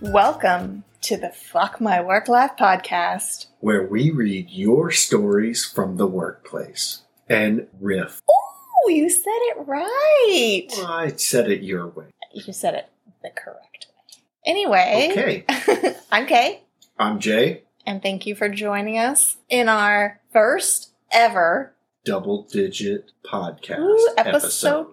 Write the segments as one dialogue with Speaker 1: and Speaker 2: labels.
Speaker 1: Welcome to the Fuck My Work Life podcast.
Speaker 2: where we read your stories from the workplace and riff. Oh,
Speaker 1: Oh, you said it right.
Speaker 2: I said it your way.
Speaker 1: You said it the correct way. Anyway,
Speaker 2: Okay.
Speaker 1: I'm Kay,
Speaker 2: I'm Jay,
Speaker 1: and thank you for joining us in our first ever
Speaker 2: double digit podcast
Speaker 1: Ooh, episode-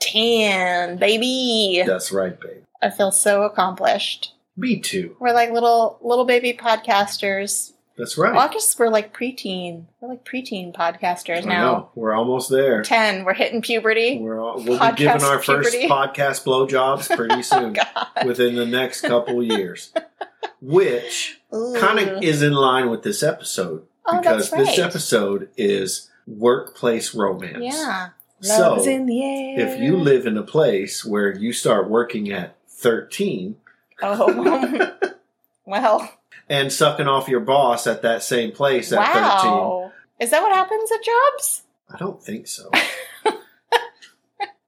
Speaker 1: 10, baby.
Speaker 2: That's right, babe.
Speaker 1: I feel so accomplished.
Speaker 2: Me too.
Speaker 1: We're like little little baby podcasters.
Speaker 2: That's right.
Speaker 1: Well, I guess we're like preteen. We're like preteen podcasters
Speaker 2: I
Speaker 1: now.
Speaker 2: know. We're almost there.
Speaker 1: 10. We're hitting puberty.
Speaker 2: We're all, we'll
Speaker 1: Podcast
Speaker 2: be giving our first
Speaker 1: puberty.
Speaker 2: podcast blowjobs pretty soon
Speaker 1: Oh, God.
Speaker 2: within the next couple years, which kind
Speaker 1: Ooh.
Speaker 2: of is in line with this episode
Speaker 1: Oh, that's
Speaker 2: because this
Speaker 1: right.
Speaker 2: episode is workplace romance.
Speaker 1: Yeah.
Speaker 2: So,
Speaker 1: Love's in the air.
Speaker 2: If you live in a place where you start working at 13
Speaker 1: Oh, well.
Speaker 2: and sucking off your boss at that same place at 13,
Speaker 1: Wow. Is that what happens at jobs?
Speaker 2: I don't think so.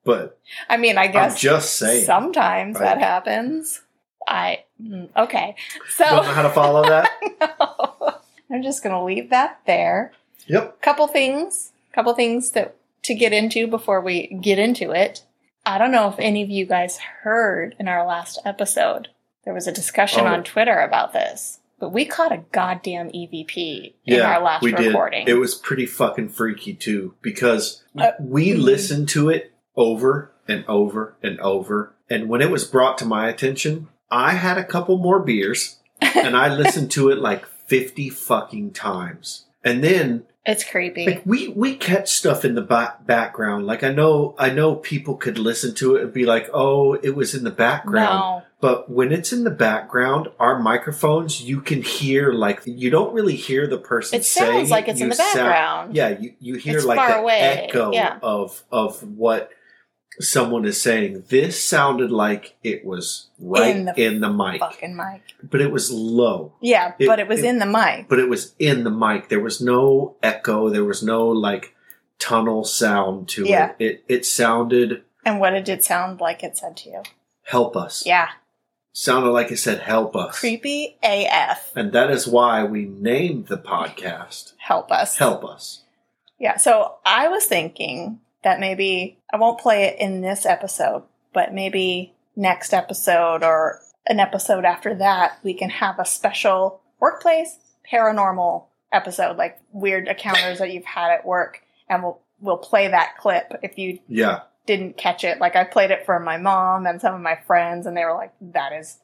Speaker 2: but
Speaker 1: I mean, I
Speaker 2: I'm
Speaker 1: guess
Speaker 2: just saying.
Speaker 1: sometimes that
Speaker 2: Right.
Speaker 1: happens. I. mm, Okay.
Speaker 2: Don't know
Speaker 1: So,
Speaker 2: how to follow that?
Speaker 1: I'm just going to leave that there.
Speaker 2: yep.
Speaker 1: Couple things. Couple things that to get into before we get into it. I don't know if any of you guys heard in our last episode. There was a discussion
Speaker 2: Oh.
Speaker 1: on Twitter about this, but we caught a goddamn EVP in our last
Speaker 2: we
Speaker 1: recording.
Speaker 2: did. It was pretty fucking freaky too because
Speaker 1: Uh,
Speaker 2: we
Speaker 1: mm.
Speaker 2: listened to it over and over and over. And when it was brought to my attention, I had a couple more beers and I listened to it like 50 fucking times. And then
Speaker 1: It's creepy.
Speaker 2: like we we catch stuff in the ba- background. Like I know I know people could listen to it and be like, "Oh, it was in the background."
Speaker 1: No.
Speaker 2: But when it's in the background, our microphones, you can hear like you don't really hear the person.
Speaker 1: It sounds
Speaker 2: saying
Speaker 1: like it's in
Speaker 2: You
Speaker 1: the
Speaker 2: sound-
Speaker 1: background.
Speaker 2: yeah, you you hear
Speaker 1: It's
Speaker 2: like
Speaker 1: far
Speaker 2: the
Speaker 1: away,
Speaker 2: echo
Speaker 1: yeah.
Speaker 2: of of what someone is saying. This sounded like it was right
Speaker 1: In
Speaker 2: in
Speaker 1: the
Speaker 2: the, mic,
Speaker 1: Fucking mic.
Speaker 2: but it was low.
Speaker 1: Yeah,
Speaker 2: It-
Speaker 1: but it was
Speaker 2: it-
Speaker 1: in the mic.
Speaker 2: But it was in the mic. There was no echo. There was no like tunnel sound to
Speaker 1: Yeah.
Speaker 2: it. It it sounded
Speaker 1: And what did it sound like it said to you?
Speaker 2: help us.
Speaker 1: Yeah.
Speaker 2: Sounded like it said help us.
Speaker 1: Creepy AF.
Speaker 2: And that is why we named the podcast
Speaker 1: Help us.
Speaker 2: Help Us.
Speaker 1: Yeah. So I was thinking that maybe I won't play it in this episode, but maybe next episode or an episode after that, we can have a special workplace paranormal episode, like weird encounters that you've had at work, and we'll we'll play that clip if you
Speaker 2: Yeah.
Speaker 1: didn't catch it. Like I played it for my mom and some of my friends, and they were like, "That is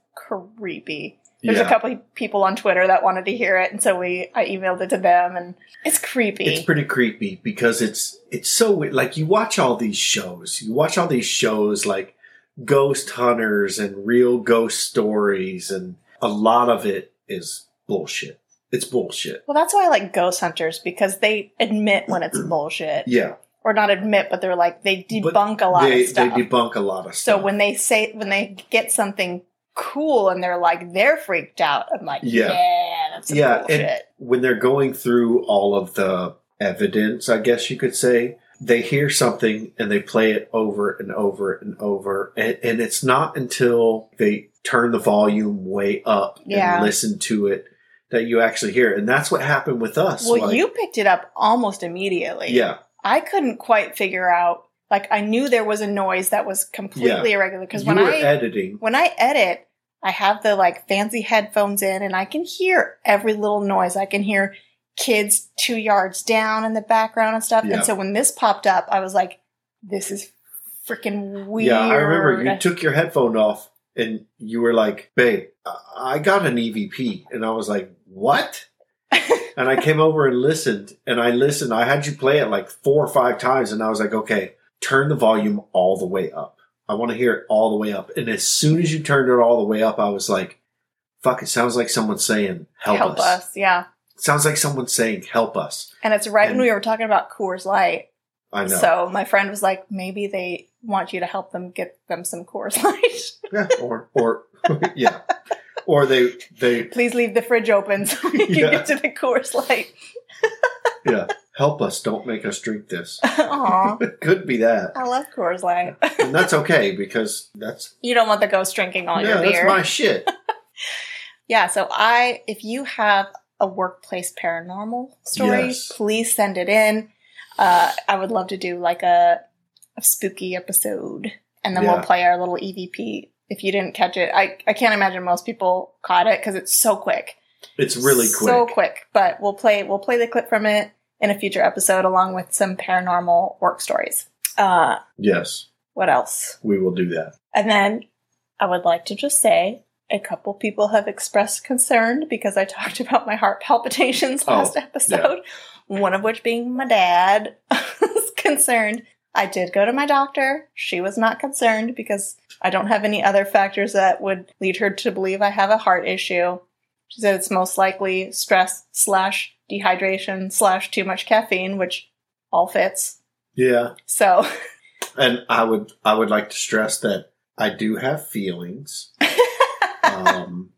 Speaker 1: creepy." There's
Speaker 2: yeah.
Speaker 1: a couple of people on Twitter that wanted to hear it, and so we I emailed it to them, and it's creepy.
Speaker 2: It's pretty creepy because it's it's so weird. Like you watch all these shows, you watch all these shows like ghost hunters and real ghost stories, and a lot of it is bullshit. It's bullshit.
Speaker 1: well, that's why I like ghost hunters because they admit when it's bullshit,
Speaker 2: Yeah,
Speaker 1: or not admit, but they're like they
Speaker 2: But
Speaker 1: debunk a lot
Speaker 2: they
Speaker 1: of stuff.
Speaker 2: they debunk a lot of
Speaker 1: so
Speaker 2: stuff.
Speaker 1: when they say when they get something cool and they're like they're freaked out, I'm like, yeah,
Speaker 2: Yeah.
Speaker 1: that's some
Speaker 2: Yeah, and-
Speaker 1: bullshit.
Speaker 2: when they're going through all of the evidence, I guess you could say, they hear something and they play it over and over and over. And, and it's not until they turn the volume way up
Speaker 1: Yeah.
Speaker 2: and listen to it that you actually hear it. And that's what happened with us.
Speaker 1: well,
Speaker 2: like-
Speaker 1: you picked it up almost immediately.
Speaker 2: Yeah.
Speaker 1: I couldn't quite figure out. Like I knew there was a noise that was completely irregular because
Speaker 2: You
Speaker 1: when
Speaker 2: were
Speaker 1: I
Speaker 2: editing.
Speaker 1: when I edit, I have the like fancy headphones in and I can hear every little noise. I can hear kids two yards down in the background and stuff.
Speaker 2: Yeah.
Speaker 1: And so when this popped up, I was like, "This is freaking weird."
Speaker 2: Yeah, I remember you took your headphone off and you were like, babe, I- I got an EVP. And I was like, what? and I came over and listened and I listened. I had you play it like four or five times and I was like, okay, turn the volume all the way up. I want to hear it all the way up. And as soon as you turned it all the way up, I was like, fuck, it sounds like someone saying, help,
Speaker 1: help
Speaker 2: us.
Speaker 1: us. yeah.
Speaker 2: It sounds like someone saying, help us.
Speaker 1: And it's right
Speaker 2: And-
Speaker 1: when we were talking about Coors Light.
Speaker 2: I know.
Speaker 1: So my friend was like, "Maybe they want you to help them get them some Coors Light."
Speaker 2: Yeah, or, or, yeah. Or they, they
Speaker 1: Please leave the fridge open so we can
Speaker 2: Yeah.
Speaker 1: get to the Coors Light.
Speaker 2: help us, don't make us drink this.
Speaker 1: Aw,
Speaker 2: Could be that.
Speaker 1: I love Coors Light.
Speaker 2: And that's okay because that's,
Speaker 1: You don't want the ghost drinking all
Speaker 2: yeah,
Speaker 1: your
Speaker 2: that's
Speaker 1: beer.
Speaker 2: my shit.
Speaker 1: Yeah, so I if you have a workplace paranormal story,
Speaker 2: Yes.
Speaker 1: please send it in. Uh, I would love to do like a, a spooky episode, and then
Speaker 2: Yeah.
Speaker 1: we'll play our little EVP. If you didn't catch it, I I can't imagine most people caught it because it's so quick,
Speaker 2: It's really quick.
Speaker 1: so quick. But we'll play we'll play the clip from it in a future episode along with some paranormal work stories. Uh,
Speaker 2: Yes,
Speaker 1: what else?
Speaker 2: we will do that.
Speaker 1: And then I would like to just say a couple people have expressed concern because I talked about my heart palpitations
Speaker 2: Oh,
Speaker 1: last episode, one of which being my dad was concerned. I did go to my doctor. She was not concerned because I don't have any other factors that would lead her to believe I have a heart issue. She said it's most likely stress slash dehydration slash too much caffeine, which all fits.
Speaker 2: Yeah,
Speaker 1: So
Speaker 2: and I would I would like to stress that I do have feelings. um,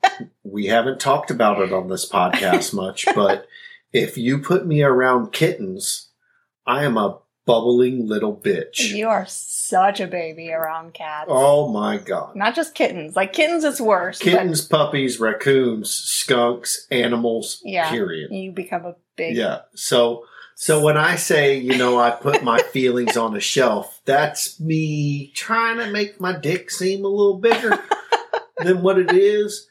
Speaker 2: we haven't talked about it on this podcast much, but if you put me around kittens, I am a bubbling little bitch.
Speaker 1: you are such a baby around cats.
Speaker 2: oh my god!
Speaker 1: Not just kittens. Like kittens, it's worse.
Speaker 2: Kittens, puppies, raccoons, skunks, animals.
Speaker 1: Yeah.
Speaker 2: Period.
Speaker 1: But you become a big.
Speaker 2: Yeah. So so when I say, you know, I put my feelings on a shelf, that's me trying to make my dick seem a little bigger than what it is.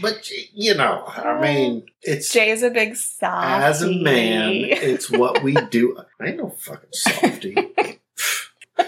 Speaker 2: But you know, I mean, it's
Speaker 1: Jay's a big softy.
Speaker 2: as a man, it's what we do. I ain't no fucking softy.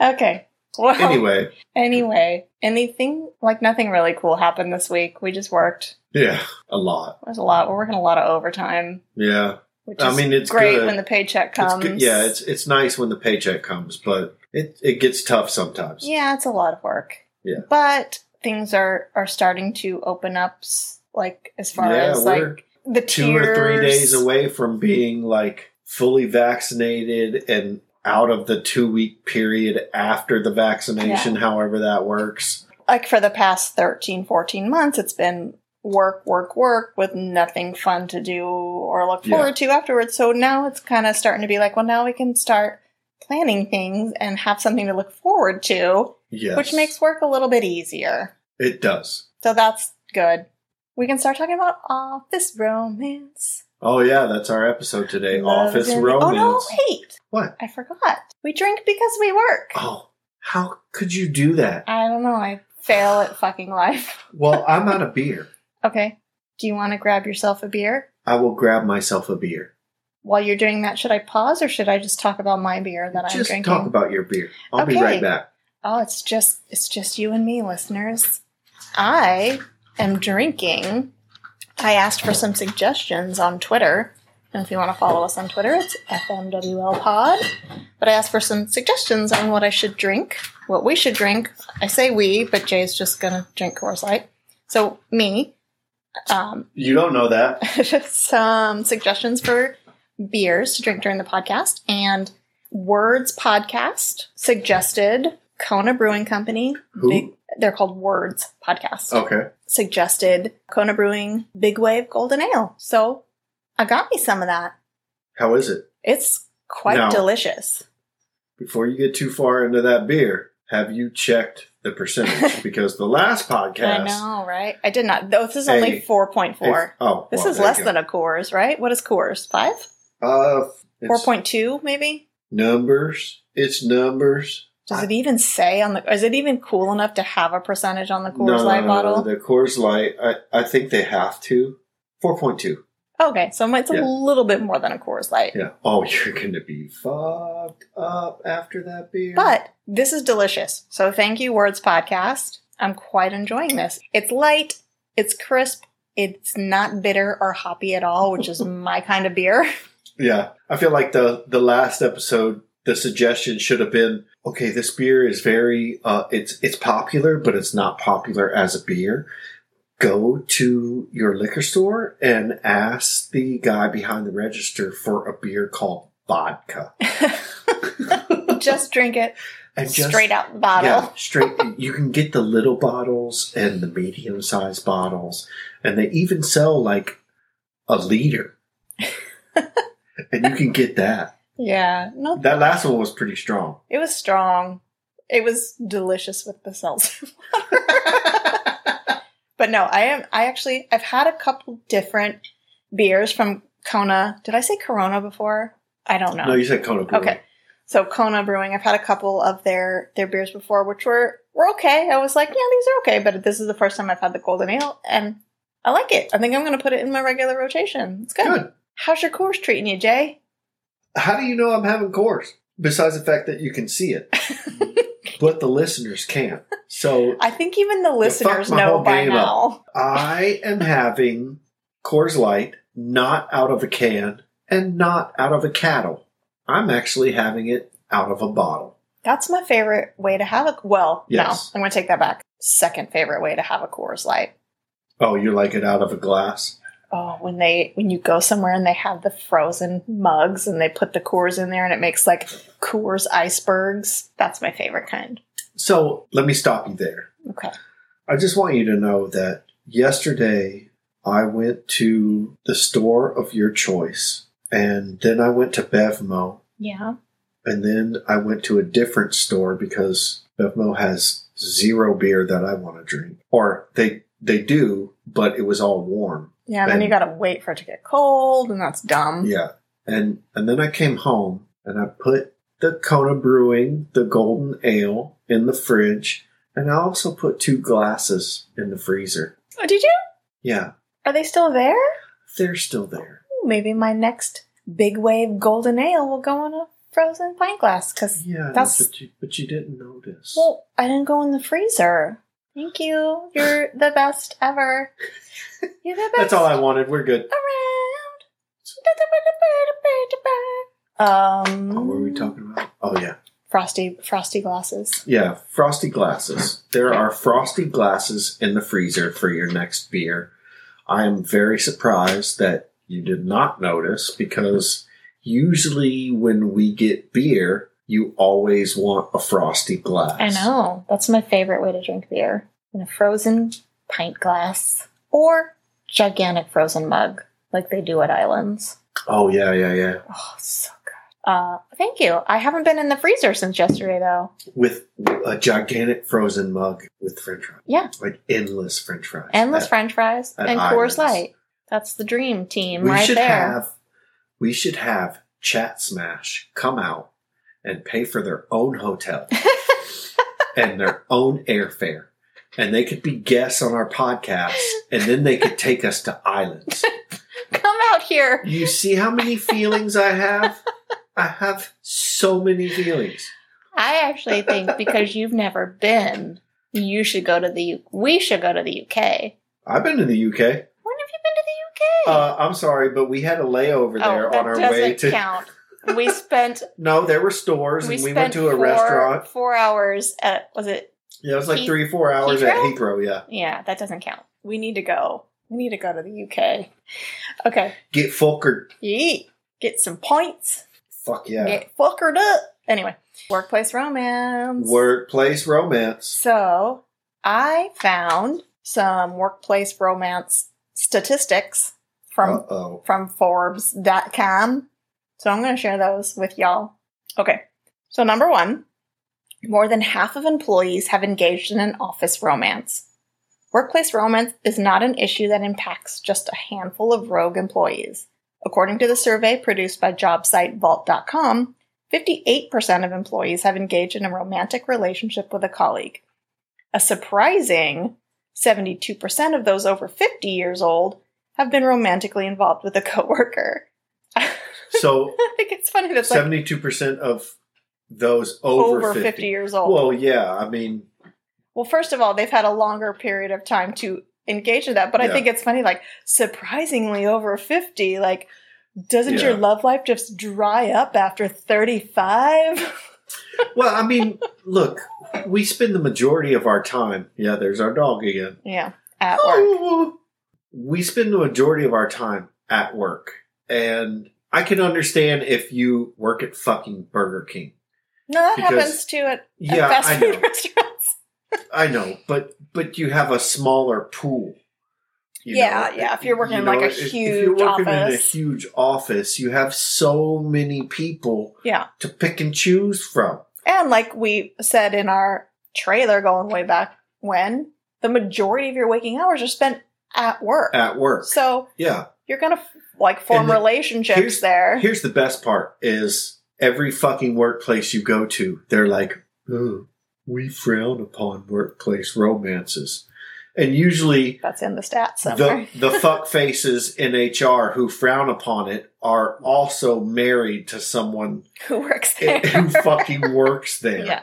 Speaker 1: okay. Well, anyway.
Speaker 2: Anyway,
Speaker 1: anything like nothing really cool happened this week. We just worked.
Speaker 2: yeah, a lot.
Speaker 1: It was a lot. We're working a lot of overtime,
Speaker 2: Yeah,
Speaker 1: which is
Speaker 2: I mean, it's
Speaker 1: great
Speaker 2: good.
Speaker 1: when the paycheck
Speaker 2: It's
Speaker 1: comes.
Speaker 2: good- yeah, it's it's nice when the paycheck comes, but it it gets tough sometimes.
Speaker 1: Yeah, it's a lot of work.
Speaker 2: Yeah.
Speaker 1: But things are are starting to open up. s- Like as far
Speaker 2: Yeah,
Speaker 1: as like
Speaker 2: we're-
Speaker 1: the
Speaker 2: two or three
Speaker 1: tiers.
Speaker 2: days away from being like fully vaccinated and out of the two week period after the vaccination, however that works.
Speaker 1: like for the past 13, 14 months, it's been work, work, work with nothing fun to do or look
Speaker 2: Yeah.
Speaker 1: forward to afterwards. So now it's kind of starting to be like, well, now we can start planning things and have something to look forward to,
Speaker 2: Yes.
Speaker 1: which makes work a little bit easier.
Speaker 2: it does.
Speaker 1: So that's good. We can start talking about office romance.
Speaker 2: Oh yeah, that's our episode today.
Speaker 1: Love
Speaker 2: Office
Speaker 1: and-
Speaker 2: romance.
Speaker 1: Oh, no, wait.
Speaker 2: What?
Speaker 1: I forgot. We drink because we work.
Speaker 2: Oh, how could you do that?
Speaker 1: I don't know. I fail at fucking life.
Speaker 2: Well, I'm out of beer.
Speaker 1: Okay. Do you want to grab yourself a beer?
Speaker 2: I will grab myself a beer.
Speaker 1: While you're doing that, should I pause or should I just talk about my beer that I'm
Speaker 2: Just
Speaker 1: drinking?
Speaker 2: talk about your beer. I'll be
Speaker 1: Okay.
Speaker 2: right back.
Speaker 1: oh, it's just it's just you and me, listeners. I am drinking. I asked for some suggestions on Twitter. And if you want to follow us on Twitter, it's FMWL Pod. But I asked for some suggestions on what I should drink, what we should drink. I say we, but Jay's just gonna drink Coors Light. So me, um,
Speaker 2: You don't know that.
Speaker 1: some suggestions for beers to drink during the podcast and words podcast suggested kona brewing company
Speaker 2: Who? Oh.
Speaker 1: Big, they're called words podcast
Speaker 2: Okay.
Speaker 1: suggested kona brewing big wave golden ale so i got me some of that
Speaker 2: How is it?
Speaker 1: it's quite
Speaker 2: No.
Speaker 1: delicious
Speaker 2: before you get too far into that beer, have you checked the percentage? because the last
Speaker 1: i
Speaker 2: podcast,
Speaker 1: know right i did not though this is only
Speaker 2: Hey,
Speaker 1: 4.4
Speaker 2: if- oh,
Speaker 1: this
Speaker 2: well,
Speaker 1: is
Speaker 2: there
Speaker 1: less
Speaker 2: you go.
Speaker 1: than a Coors, right? What is Coors? Five?
Speaker 2: uh,
Speaker 1: Four
Speaker 2: it's
Speaker 1: point two, maybe?
Speaker 2: numbers. It's numbers.
Speaker 1: Does
Speaker 2: I-
Speaker 1: it even say on the? Is it even cool enough to have a percentage on the Coors Light bottle?
Speaker 2: the Coors Light. I, I think they have to. Four point two.
Speaker 1: okay, so it's
Speaker 2: Yeah.
Speaker 1: a little bit more than a Coors Light,
Speaker 2: Yeah. Oh, you're gonna be fucked up after that beer.
Speaker 1: but this is delicious. So thank you, Words Podcast. I'm quite enjoying this. It's light, it's crisp, it's not bitter or hoppy at all, which is my kind of beer.
Speaker 2: yeah, I feel like the the last episode. The suggestion should have been okay. This beer is very uh, it's it's popular, but it's not popular as a beer. go to your liquor store and ask the guy behind the register for a beer called vodka.
Speaker 1: Just drink it
Speaker 2: And
Speaker 1: straight out the bottle.
Speaker 2: Yeah, straight. you can get the little bottles and the medium sized bottles, and they even sell like a liter. and you can get that.
Speaker 1: Yeah, no,
Speaker 2: That last one was pretty strong.
Speaker 1: it was strong. It was delicious with the seltzer water. But no, I am. I actually I've had a couple different beers from Kona. Did I say Corona before? I don't know.
Speaker 2: No, you said Kona Brewery.
Speaker 1: Okay. So Kona Brewing, I've had a couple of their their beers before, which were were okay. I was like, yeah, these are okay, but this is the first time I've had the Golden Ale, and I like it. I think I'm going to put it in my regular rotation. It's good.
Speaker 2: Good.
Speaker 1: How's your course treating you, Jay?
Speaker 2: How do you know I'm having course? Besides the fact that you can see it, but the listeners can't. So
Speaker 1: I think even the listeners
Speaker 2: my
Speaker 1: know
Speaker 2: whole
Speaker 1: by
Speaker 2: game
Speaker 1: now.
Speaker 2: I am having Coors Light not out of a can and not out of a cattle. I'm actually having it out of a bottle.
Speaker 1: That's my favorite way to have a. Well,
Speaker 2: Yes.
Speaker 1: no, I'm going to take that back. Second favorite way to have a Coors Light.
Speaker 2: Oh, you like it out of a glass?
Speaker 1: Oh, when they when you go somewhere and they have the frozen mugs and they put the Coors in there and it makes like Coors icebergs. That's my favorite kind.
Speaker 2: So let me stop you there.
Speaker 1: Okay.
Speaker 2: I just want you to know that yesterday I went to the store of your choice, and then I went to Bevmo,
Speaker 1: Yeah.
Speaker 2: and then I went to a different store because Bevmo has zero beer that I want to drink, or they they do, but it was all warm.
Speaker 1: Yeah, and then
Speaker 2: And-
Speaker 1: you gotta wait for it to get cold and that's dumb.
Speaker 2: Yeah, and and then I came home and I put the Kona Brewing, the Golden Ale, in the fridge, and I also put two glasses in the freezer.
Speaker 1: Oh, did you?
Speaker 2: Yeah,
Speaker 1: Are they still there?
Speaker 2: they're still there.
Speaker 1: Ooh, Maybe my next big wave golden ale will go in a frozen pint glass because
Speaker 2: Yeah,
Speaker 1: That's-
Speaker 2: but you but you didn't notice.
Speaker 1: Well, I didn't go in the freezer. Thank you. You're the best ever. You're the best.
Speaker 2: That's all I wanted. We're good.
Speaker 1: around. Um,
Speaker 2: Oh, What were we talking about? Oh yeah,
Speaker 1: Frosty, frosty glasses.
Speaker 2: yeah. Frosty glasses. There are frosty glasses in the freezer for your next beer. I am very surprised that you did not notice because usually when we get beer, you always want a frosty glass.
Speaker 1: I know. That's my favorite way to drink beer in a frozen pint glass or gigantic frozen mug, like they do at Islands.
Speaker 2: Oh yeah, yeah, yeah.
Speaker 1: Oh, so good. Uh, thank you. I haven't been in the freezer since yesterday, though.
Speaker 2: With a gigantic frozen mug with French fries.
Speaker 1: Yeah.
Speaker 2: like endless French fries.
Speaker 1: Endless
Speaker 2: That-
Speaker 1: French fries
Speaker 2: at
Speaker 1: and Coors
Speaker 2: Islands.
Speaker 1: Light. That's the dream team
Speaker 2: we
Speaker 1: right
Speaker 2: should
Speaker 1: there.
Speaker 2: have we should have chat smash come out and pay for their own hotel and their own airfare and they could be guests on our podcast and then they could take us to islands
Speaker 1: Come out here.
Speaker 2: you see how many feelings i have i have so many feelings
Speaker 1: I actually think because you've never been, you should go to the U- we should go to the UK. When
Speaker 2: i've been to the uk
Speaker 1: have you been to the UK?
Speaker 2: uh, i'm sorry but we had a layover there
Speaker 1: Oh, that
Speaker 2: on our
Speaker 1: doesn't
Speaker 2: way to
Speaker 1: count. We spent
Speaker 2: no there were stores
Speaker 1: we
Speaker 2: and we
Speaker 1: spent
Speaker 2: went to a
Speaker 1: four,
Speaker 2: restaurant
Speaker 1: four hours at was it
Speaker 2: yeah it was like
Speaker 1: Heath-
Speaker 2: three four hours at
Speaker 1: Heathrow?
Speaker 2: heathrow yeah
Speaker 1: yeah, that doesn't count. We need to go. We need to go to the UK. Okay.
Speaker 2: get fulker
Speaker 1: Yeet. Get some points.
Speaker 2: Fuck yeah.
Speaker 1: Get fuckered up. Anyway. Workplace romance.
Speaker 2: Workplace romance.
Speaker 1: So I found some workplace romance statistics from
Speaker 2: Uh oh.
Speaker 1: from Forbes.com. So I'm going to share those with y'all. Okay. So number one, more than half of employees have engaged in an office romance. Workplace romance is not an issue that impacts just a handful of rogue employees. According to the survey produced by job site vault.com, 58% of employees have engaged in a romantic relationship with a colleague. A surprising 72% of those over 50 years old have been romantically involved with a coworker. I
Speaker 2: So
Speaker 1: think it's funny that's like
Speaker 2: seventy-two percent of those over,
Speaker 1: over 50.
Speaker 2: 50.
Speaker 1: years old.
Speaker 2: Well, yeah. I mean,
Speaker 1: Well, first of all, they've had a longer period of time to engage in that, but I
Speaker 2: Yeah.
Speaker 1: think it's funny like surprisingly over 50 like doesn't your
Speaker 2: Yeah.
Speaker 1: love life just dry up after 35?
Speaker 2: well, I mean, look, we spend the majority of our time. Yeah, there's our dog again.
Speaker 1: yeah, at
Speaker 2: Oh,
Speaker 1: work.
Speaker 2: We spend the majority of our time at work, and I can understand if you work at fucking Burger King.
Speaker 1: No, that
Speaker 2: Because-
Speaker 1: happens too at, at
Speaker 2: Yeah,
Speaker 1: fast
Speaker 2: I
Speaker 1: food
Speaker 2: know,
Speaker 1: restaurants.
Speaker 2: I know, but but you have a smaller pool. you
Speaker 1: Yeah, yeah, if you're working in, like, a
Speaker 2: if- if
Speaker 1: huge
Speaker 2: you're working in a
Speaker 1: office.
Speaker 2: huge office, you have so many people
Speaker 1: Yeah.
Speaker 2: to pick and choose from.
Speaker 1: And like we said in our trailer going way back when, the majority of your waking hours are spent at work.
Speaker 2: at work.
Speaker 1: so
Speaker 2: yeah.
Speaker 1: you're gonna like form
Speaker 2: And the-
Speaker 1: relationships
Speaker 2: here's-
Speaker 1: there.
Speaker 2: Here's the best part is every fucking workplace you go to, they're like, "Ugh, we frown upon workplace romances. And usually
Speaker 1: That's in the stats somewhere.
Speaker 2: the, the fuck faces in HR who frown upon it are also married to someone
Speaker 1: Who works there?
Speaker 2: who fucking works there.
Speaker 1: Yeah.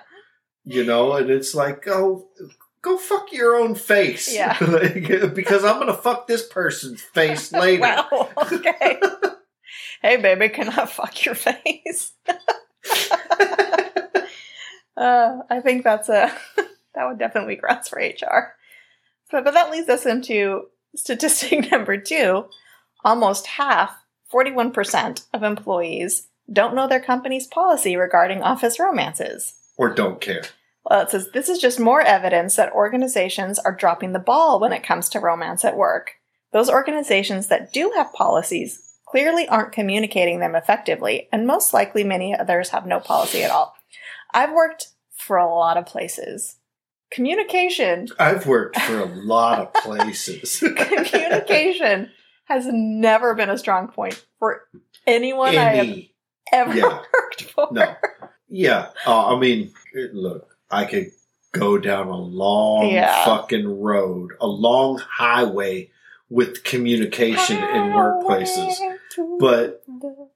Speaker 2: You know, and it's like, oh, go fuck your own face.
Speaker 1: Yeah.
Speaker 2: Like, because I'm going to fuck this person's face later.
Speaker 1: Wow. Okay. hey, baby, can I fuck your face? uh, I think that's a that would definitely be grounds for HR. So, but that leads us into statistic number two. Almost half, forty-one percent of employees don't know their company's policy regarding office romances.
Speaker 2: Or don't care.
Speaker 1: Well, it says this is just more evidence that organizations are dropping the ball when it comes to romance at work. Those organizations that do have policies clearly aren't communicating them effectively, and most likely many others have no policy at all. I've worked for a lot of places. Communication,
Speaker 2: I've worked for a lot of places.
Speaker 1: communication has never been a strong point for anyone I have
Speaker 2: Any,
Speaker 1: ever
Speaker 2: yeah.
Speaker 1: worked for.
Speaker 2: no, yeah. Uh, I mean, it- look, I could go down a long
Speaker 1: Yeah.
Speaker 2: fucking road, a long highway with communication in workplaces.
Speaker 1: Highway to
Speaker 2: But-
Speaker 1: the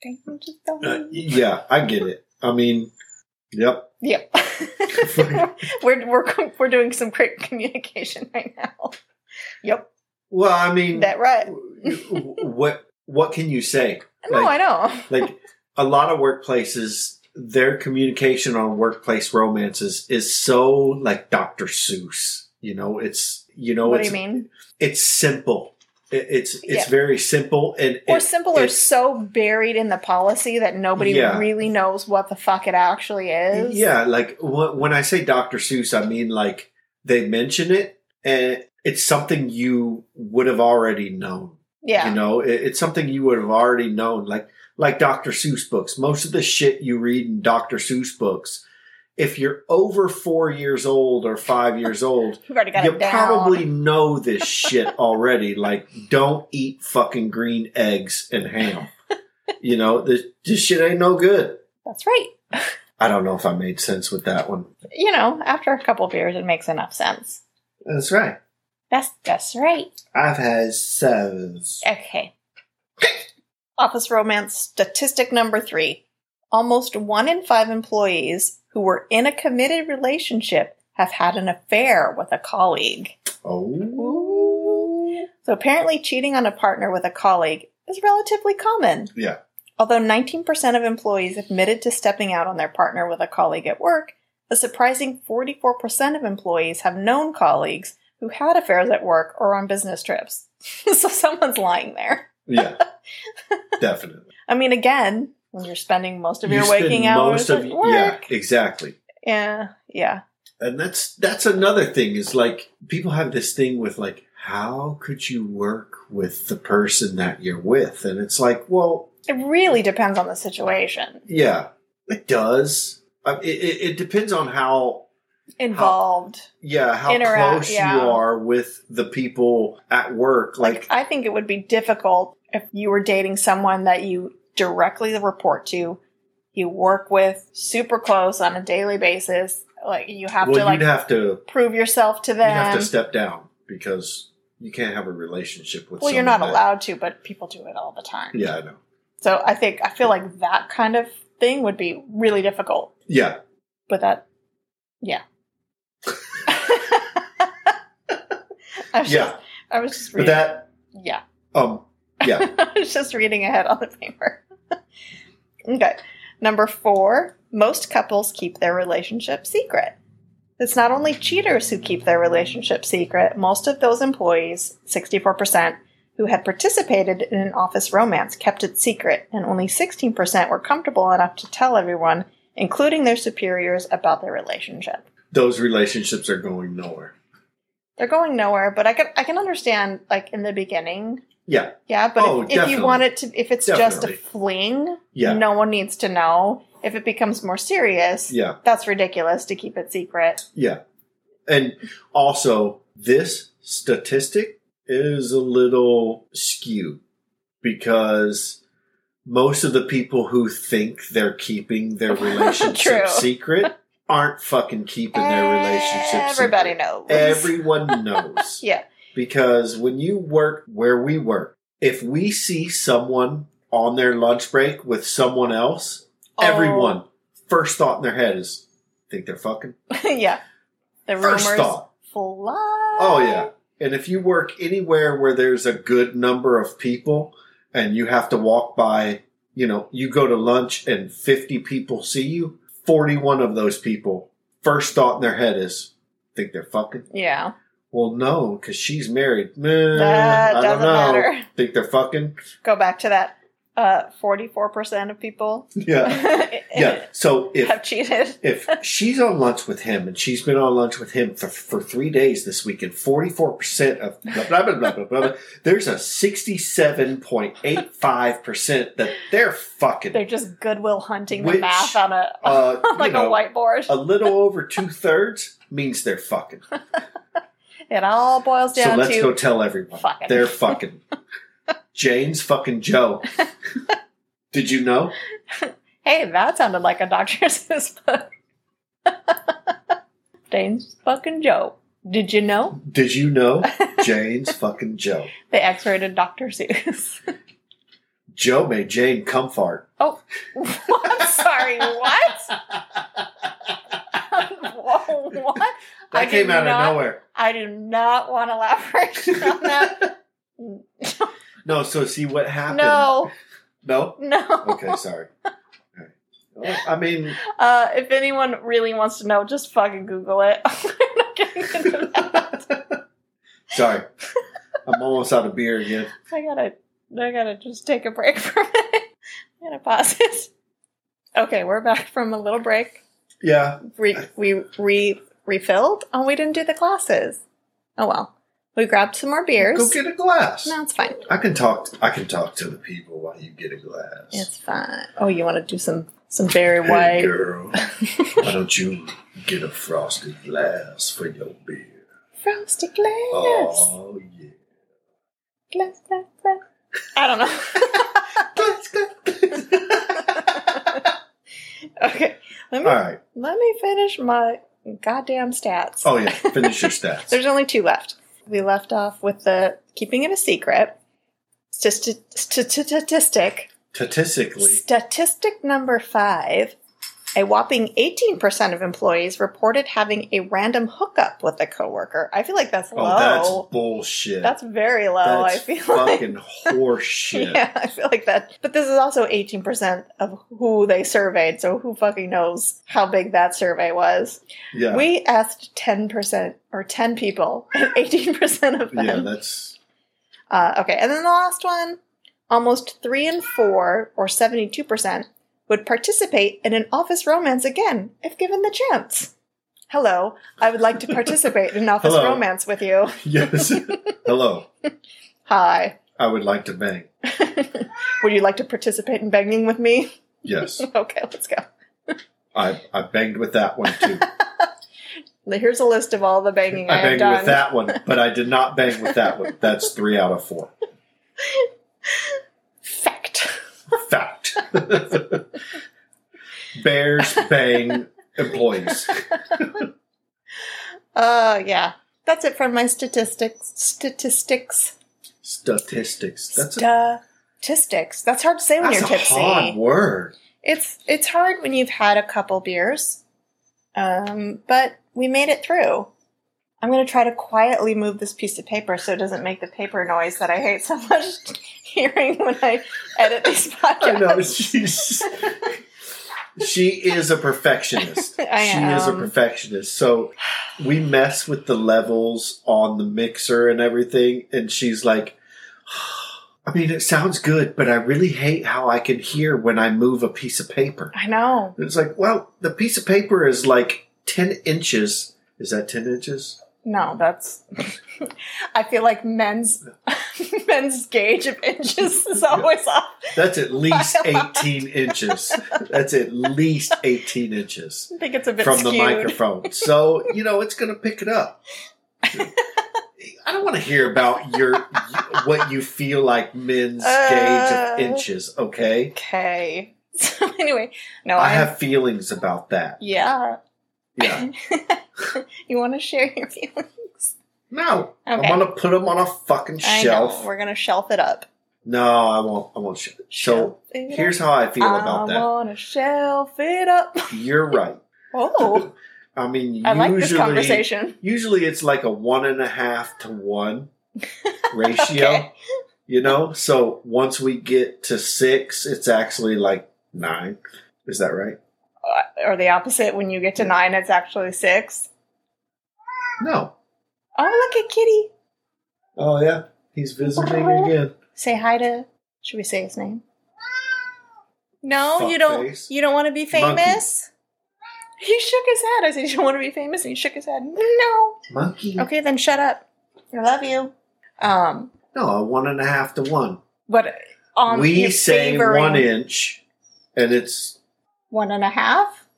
Speaker 1: danger
Speaker 2: Uh,
Speaker 1: zone.
Speaker 2: yeah, I get it. I mean, yep.
Speaker 1: Yep. we're, we're, we're doing some great communication right now. Yep.
Speaker 2: Well, I mean,
Speaker 1: That right.
Speaker 2: what what can you say?
Speaker 1: No, I know.
Speaker 2: like a lot of workplaces their communication on workplace romances is so like dr seuss you know it's you know
Speaker 1: what do
Speaker 2: it's
Speaker 1: you mean?
Speaker 2: it's simple It- it's it's
Speaker 1: Yeah.
Speaker 2: very simple and
Speaker 1: Or
Speaker 2: it-
Speaker 1: simple or
Speaker 2: it's-
Speaker 1: so buried in the policy that nobody
Speaker 2: Yeah.
Speaker 1: really knows what the fuck it actually is.
Speaker 2: yeah like wh- when i say dr seuss i mean like they mention it and it's something you would have already known
Speaker 1: Yeah.
Speaker 2: You know, it, it's something you would have already known, like like Dr. Seuss books. Most of the shit you read in Dr. Seuss books, if you're over four years old or five years old,
Speaker 1: You've already got
Speaker 2: you
Speaker 1: it down.
Speaker 2: probably know this shit already. like, don't eat fucking green eggs and ham. you know, this, this shit ain't no good.
Speaker 1: That's right.
Speaker 2: I don't know if I made sense with that one.
Speaker 1: You know, after a couple beers, it makes enough sense.
Speaker 2: That's right.
Speaker 1: That's that's right.
Speaker 2: I've had sevens.
Speaker 1: Okay. Office romance statistic number three. Almost one in five employees who were in a committed relationship have had an affair with a colleague.
Speaker 2: Oh.
Speaker 1: So apparently, cheating on a partner with a colleague is relatively common.
Speaker 2: Yeah.
Speaker 1: Although 19% of employees admitted to stepping out on their partner with a colleague at work, a surprising 44% of employees have known colleagues who had affairs at work or on business trips. so someone's lying there.
Speaker 2: Yeah. Definitely.
Speaker 1: I mean, again, when you're spending most of your
Speaker 2: You spend
Speaker 1: waking hours at
Speaker 2: yeah
Speaker 1: work,
Speaker 2: exactly
Speaker 1: yeah, yeah,
Speaker 2: and that's that's another thing is like people have this thing with like how could you work with the person that you're with and it's like well
Speaker 1: it really depends on the situation
Speaker 2: yeah it does Uh, it, it, it depends on how
Speaker 1: involved.
Speaker 2: yeah how
Speaker 1: Interact-
Speaker 2: close you
Speaker 1: yeah.
Speaker 2: are with the people at work like,
Speaker 1: like, I think it would be difficult if you were dating someone that you directly report to, you work with super close on a daily basis. Like you have
Speaker 2: well
Speaker 1: to
Speaker 2: you'd
Speaker 1: like
Speaker 2: have to
Speaker 1: prove yourself to
Speaker 2: you'd have
Speaker 1: them.
Speaker 2: to step down because you can't have a relationship with
Speaker 1: well, you're
Speaker 2: someone
Speaker 1: not
Speaker 2: that-
Speaker 1: allowed to, but people do it all the time.
Speaker 2: yeah i know
Speaker 1: So I think I feel like that kind of thing would be really difficult.
Speaker 2: yeah
Speaker 1: but that yeah I was
Speaker 2: yeah
Speaker 1: just, I was just
Speaker 2: but
Speaker 1: reading
Speaker 2: that
Speaker 1: yeah
Speaker 2: um yeah
Speaker 1: I was just reading ahead on the paper okay number four most couples keep their relationship secret it's not only cheaters who keep their relationship secret most of those employees 64% who had participated in an office romance kept it secret and only 16% were comfortable enough to tell everyone including their superiors about their relationship
Speaker 2: those relationships are going nowhere.
Speaker 1: they're going nowhere but i can i can understand like in the beginning
Speaker 2: Yeah,
Speaker 1: yeah but
Speaker 2: Oh,
Speaker 1: if, if you
Speaker 2: definitely.
Speaker 1: want it to if it's just a
Speaker 2: Definitely.
Speaker 1: fling
Speaker 2: yeah,
Speaker 1: no one needs to know if it becomes more serious
Speaker 2: yeah,
Speaker 1: that's ridiculous to keep it secret
Speaker 2: yeah. And also, this statistic is a little skewed because most of the people who think they're keeping their
Speaker 1: True.
Speaker 2: relationship secret aren't fucking keeping their relationship secret.
Speaker 1: Everybody knows.
Speaker 2: Everyone knows.
Speaker 1: Yeah.
Speaker 2: Because when you work where we work, if we see someone on their lunch break with someone else,
Speaker 1: Oh.
Speaker 2: everyone first thought in their head is think they're fucking.
Speaker 1: Oh, yeah. The rumors
Speaker 2: First thought.
Speaker 1: fly.
Speaker 2: Oh yeah. And if you work anywhere where there's a good number of people and you have to walk by, you know, you go to lunch and 50 people see you, 41 of those people first thought in their head is think they're fucking.
Speaker 1: Yeah.
Speaker 2: Well, no, cuz she's married. Nah,
Speaker 1: That
Speaker 2: Uh, I don't
Speaker 1: doesn't
Speaker 2: know.
Speaker 1: matter.
Speaker 2: Think they're fucking.
Speaker 1: Go back to that. Uh, 44% of people
Speaker 2: Yeah. Yeah. So if
Speaker 1: have cheated.
Speaker 2: if she's on lunch with him and she's been on lunch with him for, for three days this week and 44% of blah, blah, blah, blah, blah, blah, blah, there's a 67.85% that they're fucking.
Speaker 1: They're just goodwill hunting the
Speaker 2: Which,
Speaker 1: math on a
Speaker 2: uh, you
Speaker 1: like
Speaker 2: know, Uh,
Speaker 1: a whiteboard.
Speaker 2: a little over two thirds means they're fucking.
Speaker 1: it all boils
Speaker 2: So
Speaker 1: down
Speaker 2: let's
Speaker 1: to
Speaker 2: go tell everyone.
Speaker 1: fucking.
Speaker 2: They're fucking. Jane's fucking Joe. Did you know?
Speaker 1: Hey, that sounded like a Dr. Seuss book. Dane's fucking Joe. Did you know?
Speaker 2: Did you know? Jane's fucking Joe.
Speaker 1: They X rated Dr. Seuss.
Speaker 2: Joe made Jane come fart.
Speaker 1: I'm sorry, what? Whoa, what?
Speaker 2: That
Speaker 1: I
Speaker 2: came
Speaker 1: did
Speaker 2: out
Speaker 1: not-
Speaker 2: of nowhere.
Speaker 1: I do not want elaboration on that.
Speaker 2: No, so see what happened.
Speaker 1: No,
Speaker 2: No?
Speaker 1: no.
Speaker 2: Okay, sorry. All right. Well, I mean,
Speaker 1: Uh, if anyone really wants to know, just fucking Google it. We're not getting into that.
Speaker 2: sorry. I'm almost out of beer again.
Speaker 1: I gotta, I gotta just take a break for a minute. I gotta pause it. Okay, we're back from a little break.
Speaker 2: Yeah.
Speaker 1: Re, we re refilled. Oh, we didn't do the glasses. Oh well, we grabbed some more beers.
Speaker 2: Go get a glass.
Speaker 1: no, it's fine.
Speaker 2: I can talk. I can talk to the people while you get a glass.
Speaker 1: It's fine. Oh, you want to do some some Barry
Speaker 2: hey,
Speaker 1: White?
Speaker 2: girl. why don't you get a frosted glass for your beer?
Speaker 1: Frosty glass.
Speaker 2: Oh yeah.
Speaker 1: Glass, glass, glass. I don't know.
Speaker 2: Glass, glass, glass.
Speaker 1: okay, let
Speaker 2: All
Speaker 1: me
Speaker 2: right.
Speaker 1: let me finish my goddamn stats.
Speaker 2: Oh yeah. Finish your stats.
Speaker 1: There's only two left. We left off with the keeping it a secret. Stati- st- st- Statistic
Speaker 2: Statistically,
Speaker 1: statistic number five. A whopping 18% of employees reported having a random hookup with a coworker. I feel like that's
Speaker 2: oh,
Speaker 1: low.
Speaker 2: that's bullshit.
Speaker 1: That's very low. I
Speaker 2: That's
Speaker 1: feel like.
Speaker 2: fucking horseshit.
Speaker 1: Yeah, I feel like that. But this is also 18% of who they surveyed, so who fucking knows how big that survey was.
Speaker 2: yeah.
Speaker 1: We asked 10% or 10 people, and 18% of
Speaker 2: Yeah,
Speaker 1: them.
Speaker 2: that's
Speaker 1: uh, okay, and then the last one almost three in four, or 72%, would participate in an office romance again if given the chance. Hello, I would like to participate in an office
Speaker 2: Hello.
Speaker 1: romance with you.
Speaker 2: yes. Hello,
Speaker 1: Hi.
Speaker 2: I would like to bang.
Speaker 1: Would you like to participate in banging with me?
Speaker 2: Yes,
Speaker 1: Okay, let's go.
Speaker 2: I I banged with that one too.
Speaker 1: Here's a list of all the banging I,
Speaker 2: I
Speaker 1: have
Speaker 2: banged
Speaker 1: done.
Speaker 2: with that one, but I did not bang with that one. That's three out of four.
Speaker 1: Fact.
Speaker 2: Fact. Bears bang employees.
Speaker 1: Oh yeah, that's it from my statistics. Statistics.
Speaker 2: Statistics. That's a,
Speaker 1: statistics. That's hard to say when
Speaker 2: that's
Speaker 1: you're
Speaker 2: a
Speaker 1: tipsy.
Speaker 2: hard word.
Speaker 1: It's it's hard when you've had a couple beers, um, but we made it through. I'm gonna try to quietly move this piece of paper so it doesn't make the paper noise that I hate so much hearing when I edit these podcasts.
Speaker 2: I know she's. She is a perfectionist.
Speaker 1: I
Speaker 2: she is a
Speaker 1: am.
Speaker 2: perfectionist. So we mess with the levels on the mixer and everything, and she's like, I mean, it sounds good, but I really hate how I can hear when I move a piece of paper.
Speaker 1: I know.
Speaker 2: And it's like, well, the piece of paper is like 10 inches. Is that 10 inches?
Speaker 1: No, that's I feel like men's men's gauge of inches is always off.
Speaker 2: That's at least
Speaker 1: By a lot.
Speaker 2: 18 inches. That's at least 18 inches
Speaker 1: I think it's a bit
Speaker 2: from
Speaker 1: skewed.
Speaker 2: the microphone. So, you know, it's going to pick it up. I don't want to hear about your what you feel like men's
Speaker 1: Uh,
Speaker 2: gauge of inches, okay?
Speaker 1: Okay. So anyway, no,
Speaker 2: I
Speaker 1: I
Speaker 2: have feelings about that.
Speaker 1: Yeah.
Speaker 2: Yeah.
Speaker 1: you want to share your feelings?
Speaker 2: No.
Speaker 1: Okay.
Speaker 2: I want to put them on a fucking
Speaker 1: I
Speaker 2: shelf.
Speaker 1: know. We're gonna shelf it up.
Speaker 2: No, I won't. I won't. Sh- so, here's how I feel about
Speaker 1: I
Speaker 2: that.
Speaker 1: want to shelf it up.
Speaker 2: You're right.
Speaker 1: Oh,
Speaker 2: I mean,
Speaker 1: I like this
Speaker 2: usually-
Speaker 1: conversation.
Speaker 2: usually it's like a one and a half to one ratio
Speaker 1: Okay.
Speaker 2: you know so once we get to six it's actually like nine is that right
Speaker 1: Uh, Or the opposite. When you get to nine, it's actually six.
Speaker 2: no
Speaker 1: Oh, look at Kitty.
Speaker 2: oh yeah he's visiting
Speaker 1: Oh.
Speaker 2: again
Speaker 1: Say hi to. Should we say his name? No, you
Speaker 2: Fuckface.
Speaker 1: don't. You don't want to be
Speaker 2: Monkey.
Speaker 1: famous. He shook his head. I said, "You don't want to be famous," and he shook his head. No.
Speaker 2: monkey
Speaker 1: Okay, then shut up. I love you. Um,
Speaker 2: no a one and a half to one
Speaker 1: but on
Speaker 2: we
Speaker 1: you're
Speaker 2: say
Speaker 1: favoring
Speaker 2: one inch and it's
Speaker 1: one and a half.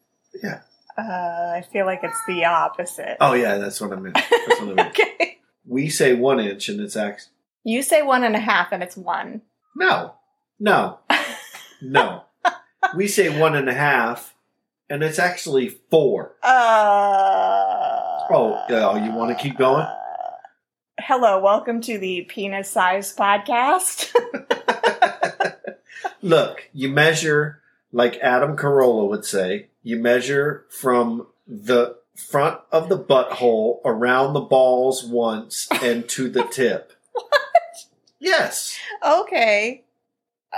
Speaker 2: Yeah.
Speaker 1: Uh, I feel like it's the opposite.
Speaker 2: oh yeah that's what i meant that's what i meant
Speaker 1: Okay.
Speaker 2: we say one inch and it's actually
Speaker 1: You say one and a half, and it's one.
Speaker 2: no no no we say one and a half and it's actually four
Speaker 1: Uh.
Speaker 2: Oh, uh, you want to keep going?
Speaker 1: Uh, hello, welcome to the Penis Size Podcast.
Speaker 2: Look, you measure, like Adam Carolla would say, you measure from the front of the butthole around the balls once and to the tip. Yes.
Speaker 1: okay.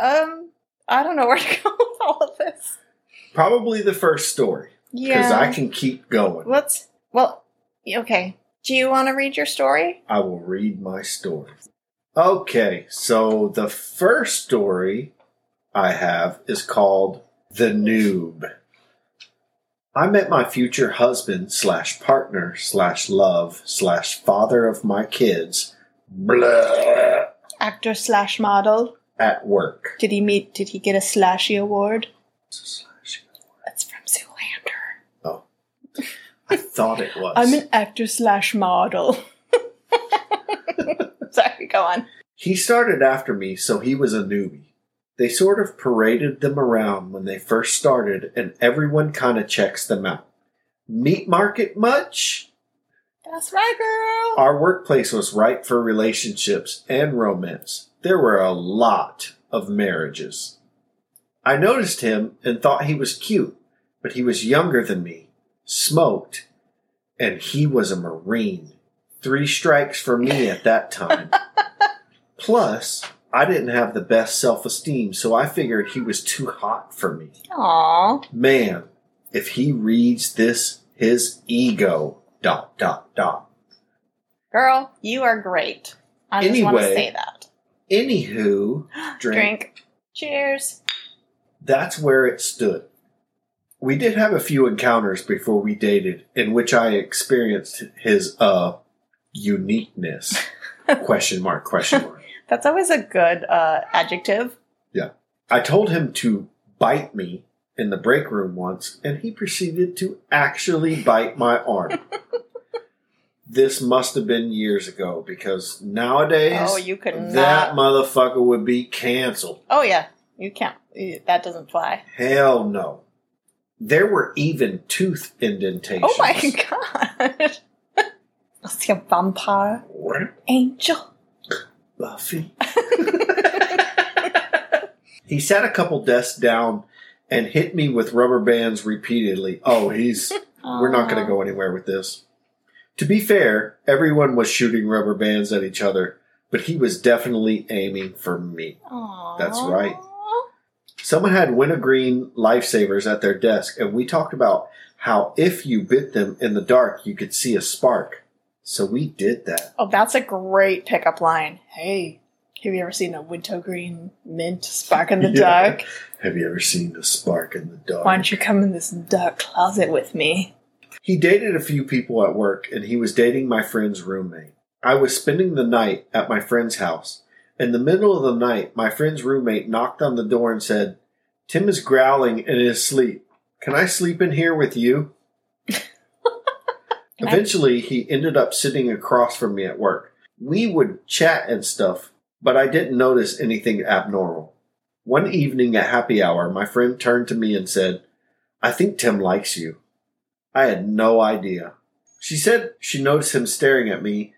Speaker 1: Um, I don't know where to go with all of this.
Speaker 2: Probably the first story
Speaker 1: Yeah.
Speaker 2: because I can keep going.
Speaker 1: Let's. Well, okay. Do you want to read your story?
Speaker 2: I will read my story. Okay, so the first story I have is called The Noob. I met my future husband slash partner slash love slash father of my kids blah,
Speaker 1: Actor slash model.
Speaker 2: at work.
Speaker 1: Did he meet? Did he get a slashy award? That's from Zoolander.
Speaker 2: I thought it was.
Speaker 1: I'm an actor slash model. Sorry, go on.
Speaker 2: He started after me, so he was a newbie. They sort of paraded them around when they first started, and everyone kind of checks them out. Meat market much?
Speaker 1: That's right, girl.
Speaker 2: Our workplace was ripe for relationships and romance. There were a lot of marriages. I noticed him and thought he was cute, but he was younger than me, smoked, and he was a Marine. Three strikes for me at that time. Plus, I didn't have the best self esteem, so I figured he was too hot for me.
Speaker 1: Aw.
Speaker 2: Man, if he reads this, his ego. Dot, dot, dot.
Speaker 1: Girl, you are great. I just want to
Speaker 2: Anyway,
Speaker 1: say that.
Speaker 2: Anywho, drink.
Speaker 1: Drink. Cheers.
Speaker 2: That's where it stood. We did have a few encounters before we dated, in which I experienced his uh uniqueness. question mark? Question mark.
Speaker 1: That's always a good uh, adjective.
Speaker 2: I told him to bite me in the break room once, and he proceeded to actually bite my arm. this must have been years ago because nowadays
Speaker 1: Oh, you could
Speaker 2: that
Speaker 1: not.
Speaker 2: motherfucker would be canceled.
Speaker 1: oh yeah, you can't. That doesn't fly.
Speaker 2: Hell no. There were even tooth indentations.
Speaker 1: Oh my god. Was he a vampire
Speaker 2: What?
Speaker 1: angel?
Speaker 2: Buffy. he sat a couple desks down and hit me with rubber bands repeatedly. Oh, he's. We're not going to go anywhere with this. To be fair, everyone was shooting rubber bands at each other, but he was definitely aiming for me.
Speaker 1: Aw.
Speaker 2: That's right. Someone had wintergreen lifesavers at their desk, and we talked about how if you bit them in the dark, you could see a spark. So we did that.
Speaker 1: Oh, that's a great pickup line. Hey, have you ever seen a wintergreen mint spark in the
Speaker 2: Yeah.
Speaker 1: dark?
Speaker 2: Have you ever seen a spark in the dark?
Speaker 1: Why don't you come in this dark closet with me?
Speaker 2: He dated a few people at work, and he was dating my friend's roommate. I was spending the night at my friend's house. In the middle of the night, my friend's roommate knocked on the door and said, Tim is growling in his sleep. Can I sleep in here with you?
Speaker 3: I-
Speaker 2: Eventually, he ended up sitting across from me at work. We would chat and stuff, but I didn't notice anything abnormal. One evening at happy hour, my friend turned to me and said, I think Tim likes you. I had no idea. She said she noticed him staring at me,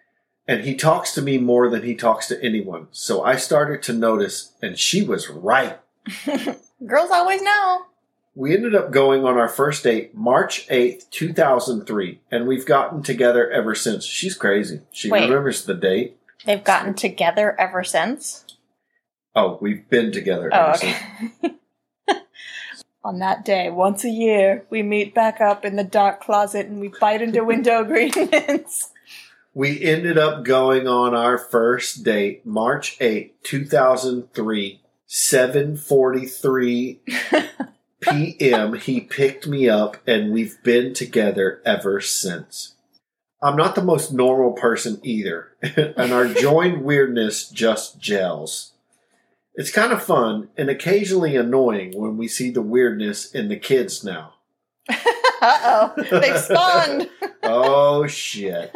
Speaker 2: and he talks to me more than he talks to anyone. So I started to notice, and she was right.
Speaker 1: Girls always know.
Speaker 2: We ended up going on our first date March 8th, 2003, and we've gotten together ever since. She's crazy. She
Speaker 1: Wait.
Speaker 2: remembers the date.
Speaker 1: They've gotten together ever since.
Speaker 2: Oh, we've been together
Speaker 1: Oh,
Speaker 2: ever
Speaker 1: okay.
Speaker 2: since.
Speaker 1: On that day, once a year, we meet back up in the dark closet and we bite into window agreements.
Speaker 2: We ended up going on our first date March 8th, 2003, 7:43 p.m. He picked me up and we've been together ever since. I'm not the most normal person either, and our joined weirdness just gels. It's kind of fun and occasionally annoying when we see the weirdness in the kids now.
Speaker 1: uh oh, they've spawned.
Speaker 2: Oh shit.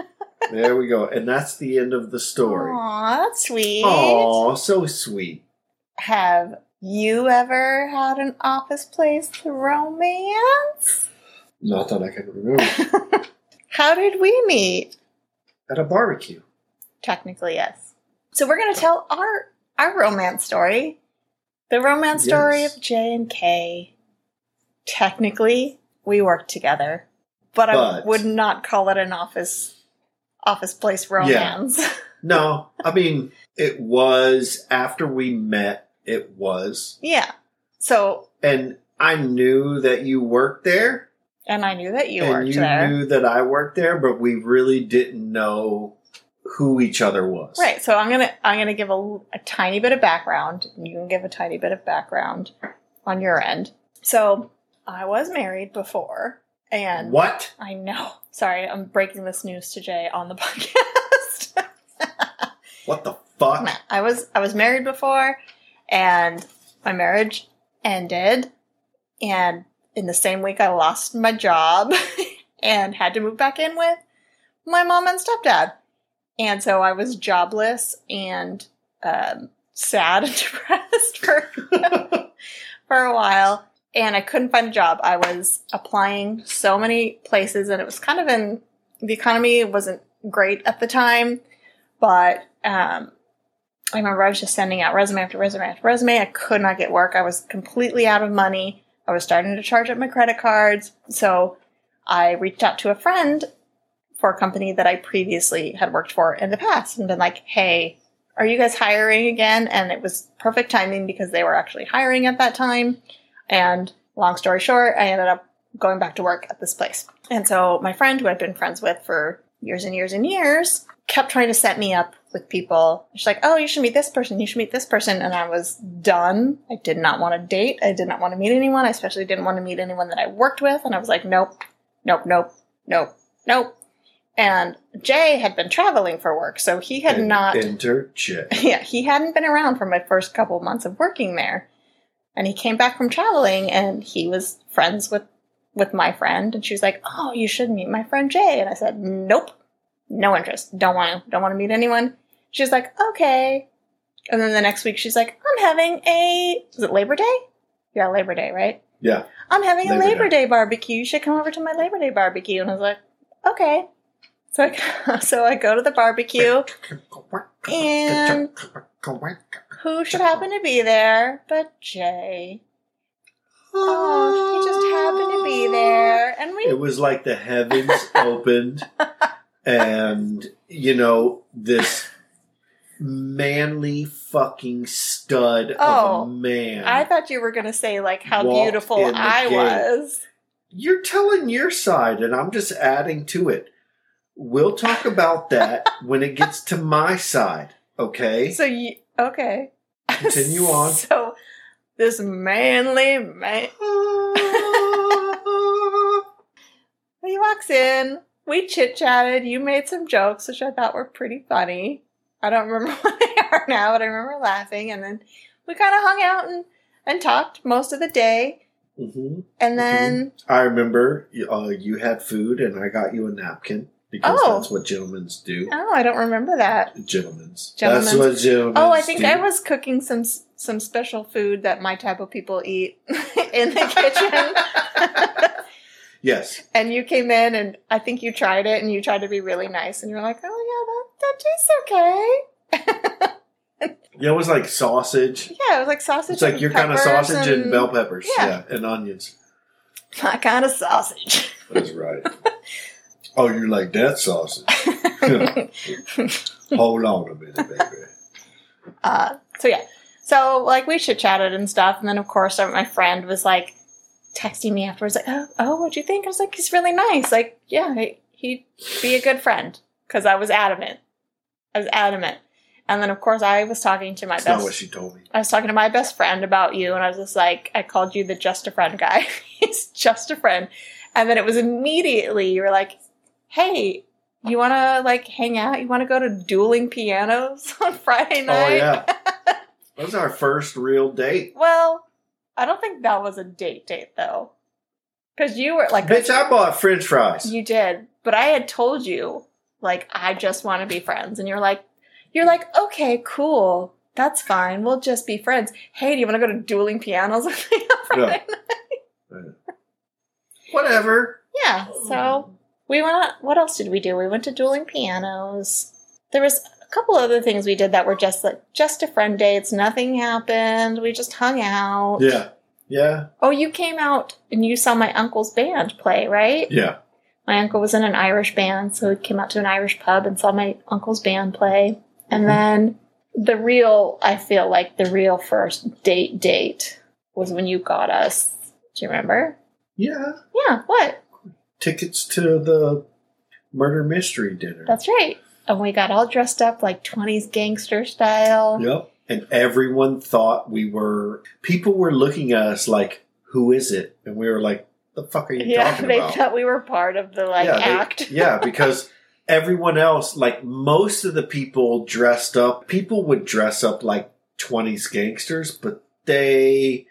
Speaker 2: There we go. And that's the end of the story.
Speaker 1: Aw, that's sweet.
Speaker 2: Oh, so sweet.
Speaker 1: Have you ever had an office place romance?
Speaker 2: Not that I can remember.
Speaker 1: How did we meet?
Speaker 2: At a barbecue.
Speaker 1: Technically, yes. So we're gonna tell our our romance story, the romance
Speaker 2: Yes.
Speaker 1: story of J and K. Technically, we worked together, but, I
Speaker 2: But-
Speaker 1: would not call it an office office place romance.
Speaker 2: No, I mean, it was after we met, it was.
Speaker 1: yeah. So,
Speaker 2: And I knew that you worked there.
Speaker 1: and I knew that you
Speaker 2: and
Speaker 1: worked
Speaker 2: you
Speaker 1: there,
Speaker 2: knew that I worked there, but we really didn't know who each other was.
Speaker 1: right? So I'm gonna I'm gonna give a, l- a tiny bit of background, and you can give a tiny bit of background on your end. So I was married before, and
Speaker 2: What?
Speaker 1: I know. Sorry, I'm breaking this news to Jay on the podcast.
Speaker 2: What the fuck?
Speaker 1: No, I was I was married before and my marriage ended and in the same week I lost my job and had to move back in with my mom and stepdad. And so I was jobless and um, sad and depressed for for a while and I couldn't find a job. I was applying so many places and it was kind of in the economy wasn't great at the time, but um, I remember I was just sending out resume after resume after resume. I could not get work. I was completely out of money. I was starting to charge up my credit cards. So I reached out to a friend for a company that I previously had worked for in the past and been like, hey, are you guys hiring again? And it was perfect timing because they were actually hiring at that time. And long story short, I ended up going back to work at this place. And so my friend, who I'd been friends with for years and years and years, kept trying to set me up with people. She's like, oh, you should meet this person, you should meet this person. And I was done. I did not want to date. I did not want to meet anyone. I especially didn't want to meet anyone that I worked with. And I was like, nope, nope, nope, nope, nope. And Jay had been traveling for work, so he had
Speaker 2: And
Speaker 1: not
Speaker 2: Interject.
Speaker 1: yeah, he hadn't been around for my first couple months of working there. And he came back from traveling and he was friends with with my friend and she was like, "Oh, you should meet my friend Jay." And I said, "Nope. No interest. Don't want to don't want to meet anyone." She's like, "Okay." And then the next week she's like, "I'm having a is it Labor Day? Yeah, Labor Day, right?
Speaker 2: Yeah.
Speaker 1: I'm having a
Speaker 2: Labor
Speaker 1: Labor Day. barbecue. You should come over to my Labor Day barbecue." And I was like, "Okay." So I so I go to the barbecue and who should happen to be there but Jay? Oh, he just happened to be there, and we
Speaker 2: It was like the heavens opened, and you know this manly fucking stud
Speaker 1: Oh,
Speaker 2: of a man.
Speaker 1: I thought you were gonna say like how
Speaker 2: Walked
Speaker 1: beautiful
Speaker 2: in the
Speaker 1: I
Speaker 2: gate.
Speaker 1: was.
Speaker 2: You're telling your side, and I'm just adding to it. We'll talk about that when it gets to my side. Okay.
Speaker 1: So you okay.
Speaker 2: Continue on.
Speaker 1: So this manly man he walks in we chit chatted. You made some jokes, which I thought were pretty funny. I don't remember what they are now, but I remember laughing. And then we kind of hung out and, and talked most of the day.
Speaker 2: hmm
Speaker 1: And then,
Speaker 2: I remember uh, you had food and I got you a napkin because
Speaker 1: Oh.
Speaker 2: that's what gentlemen's do.
Speaker 1: oh, I don't remember that.
Speaker 2: Gentlemen's. That's
Speaker 1: Gentlemen's.
Speaker 2: what gentlemen's
Speaker 1: Oh, I think
Speaker 2: do.
Speaker 1: I was cooking some s- some special food that my type of people eat in the kitchen.
Speaker 2: Yes.
Speaker 1: and you came in and I think you tried it and you tried to be really nice and you're like, oh yeah, that, that tastes okay.
Speaker 2: Yeah, it was like sausage.
Speaker 1: Yeah, it was like sausage.
Speaker 2: It's like
Speaker 1: and
Speaker 2: your kind of
Speaker 1: peppers
Speaker 2: sausage and, bell peppers.
Speaker 1: Yeah.
Speaker 2: Yeah. and onions.
Speaker 1: My kind of sausage.
Speaker 2: That's right. oh, you like that sausage? Hold on a minute, baby.
Speaker 1: uh, so yeah, so like we chit chatted and stuff, and then of course uh, my friend was like texting me afterwards, like, oh, oh, what'd you think? I was like, he's really nice. Like, yeah, he- he'd be a good friend because I was adamant. I was adamant, and then of course I was talking to my
Speaker 2: That's not
Speaker 1: best
Speaker 2: what she told me.
Speaker 1: I was talking to my best friend about you, and I was just like, I called you the just a friend guy. He's just a friend. And then it was immediately you were like, Hey, you wanna like hang out? You wanna go to dueling pianos on Friday night?
Speaker 2: Oh yeah. That was our first real date.
Speaker 1: Well, I don't think that was a date date though. Cause you were like
Speaker 2: Bitch, I bought French fries.
Speaker 1: you did. But I had told you, like, I just wanna be friends, and you're like you're like, okay, cool. That's fine. We'll just be friends. Hey, do you want to go to dueling pianos with me on Friday
Speaker 2: Yeah. Whatever.
Speaker 1: Yeah, so we went. On, what else did we do? We went to dueling pianos. There was a couple other things we did that were just like just a friend dates. Nothing happened. We just hung out.
Speaker 2: Yeah. Yeah.
Speaker 1: Oh, you came out and you saw my uncle's band play, right?
Speaker 2: Yeah.
Speaker 1: My uncle was in an Irish band, so we came out to an Irish pub and saw my uncle's band play.
Speaker 2: Mm-hmm.
Speaker 1: And then the real, I feel like the real first date date was when you got us. Do you remember?
Speaker 2: Yeah.
Speaker 1: Yeah. What?
Speaker 2: Tickets to the murder mystery dinner.
Speaker 1: That's right. And we got all dressed up like 20s gangster style.
Speaker 2: Yep. And everyone thought we were people were looking at us like, who is it? And we were like, the fuck are you
Speaker 1: Yeah,
Speaker 2: talking
Speaker 1: they
Speaker 2: about?
Speaker 1: thought we were part of the like
Speaker 2: yeah, they-
Speaker 1: act.
Speaker 2: yeah, because everyone else, like most of the people dressed up, people would dress up like 20s gangsters, but they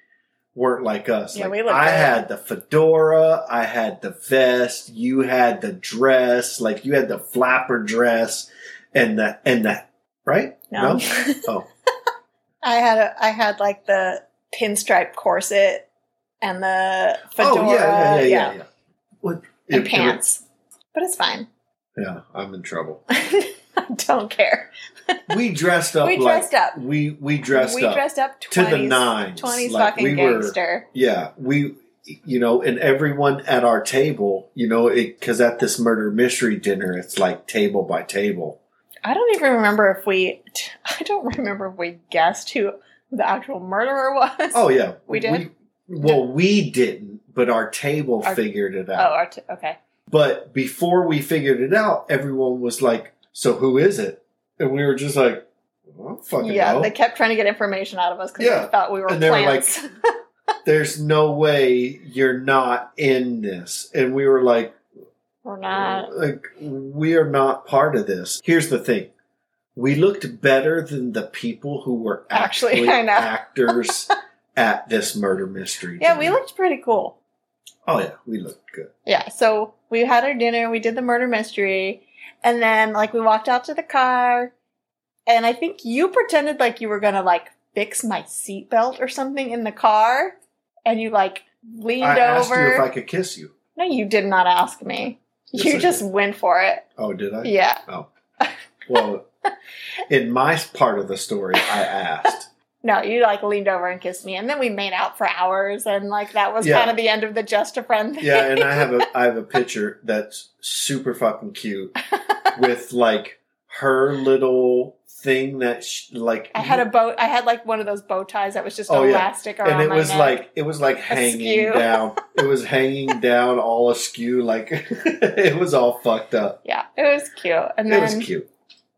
Speaker 2: weren't like us.
Speaker 1: Yeah,
Speaker 2: Like,
Speaker 1: we looked
Speaker 2: I
Speaker 1: good.
Speaker 2: had the fedora, I had the vest, you had the dress, like you had the flapper dress and the and the right?
Speaker 1: no.
Speaker 2: Oh.
Speaker 1: I had a I had like the pinstripe corset and the fedora.
Speaker 2: Oh yeah, yeah, yeah, yeah. yeah. What
Speaker 1: And
Speaker 2: it- it-
Speaker 1: pants. but it's fine.
Speaker 2: yeah, I'm in trouble.
Speaker 1: I don't care.
Speaker 2: We dressed up
Speaker 1: we
Speaker 2: like
Speaker 1: dressed up.
Speaker 2: we we dressed
Speaker 1: we
Speaker 2: up.
Speaker 1: dressed up 20s,
Speaker 2: to the nines.
Speaker 1: 20s
Speaker 2: Like,
Speaker 1: fucking
Speaker 2: we were-
Speaker 1: gangster.
Speaker 2: Yeah, we, you know, and everyone at our table, you know, because at this murder mystery dinner, it's like table by table.
Speaker 1: I don't even remember if we I don't remember if we guessed who the actual murderer was.
Speaker 2: Oh yeah,
Speaker 1: We did?
Speaker 2: We, well, we didn't, but our table
Speaker 1: Our-
Speaker 2: figured it
Speaker 1: Oh,
Speaker 2: out.
Speaker 1: our t- okay.
Speaker 2: But before we figured it out, everyone was like, "So who is it?" And we were just like, "I don't fucking
Speaker 1: Yeah,
Speaker 2: know."
Speaker 1: they kept trying to get information out of us because
Speaker 2: Yeah.
Speaker 1: they thought we were
Speaker 2: And they were like-
Speaker 1: plants.
Speaker 2: There's no way you're not in this. And we were like.
Speaker 1: we're not.
Speaker 2: like we are not part of this. Here's the thing. We looked better than the people who were
Speaker 1: Actually,
Speaker 2: actually,
Speaker 1: I know.
Speaker 2: actors at this murder mystery.
Speaker 1: Yeah, we
Speaker 2: dinner.
Speaker 1: looked pretty cool.
Speaker 2: Oh yeah, we looked good.
Speaker 1: Yeah, so we had our dinner, we did the murder mystery, and then like we walked out to the car, and I think you pretended like you were gonna like fix my seatbelt or something in the car, and you like leaned
Speaker 2: I asked
Speaker 1: over.
Speaker 2: you if I could kiss you.
Speaker 1: no, you did not ask me.
Speaker 2: Yes, I
Speaker 1: you
Speaker 2: did.
Speaker 1: just went for it.
Speaker 2: Oh, did I?
Speaker 1: Yeah.
Speaker 2: Well, in my part of the story, I asked.
Speaker 1: No, you like leaned over and kissed me, and then we made out for hours, and like that was
Speaker 2: Yeah.
Speaker 1: kind of the end of the just a friend thing.
Speaker 2: Yeah, and I have a I have a picture that's super fucking cute with like her little thing that she, like
Speaker 1: I had a bow. I had like one of those bow ties that was just
Speaker 2: Oh, yeah.
Speaker 1: elastic around
Speaker 2: and it
Speaker 1: my
Speaker 2: was
Speaker 1: neck.
Speaker 2: like it was like hanging
Speaker 1: Askew.
Speaker 2: down it was hanging down all askew like it was all fucked up
Speaker 1: yeah, it was cute. And
Speaker 2: it was
Speaker 1: then
Speaker 2: cute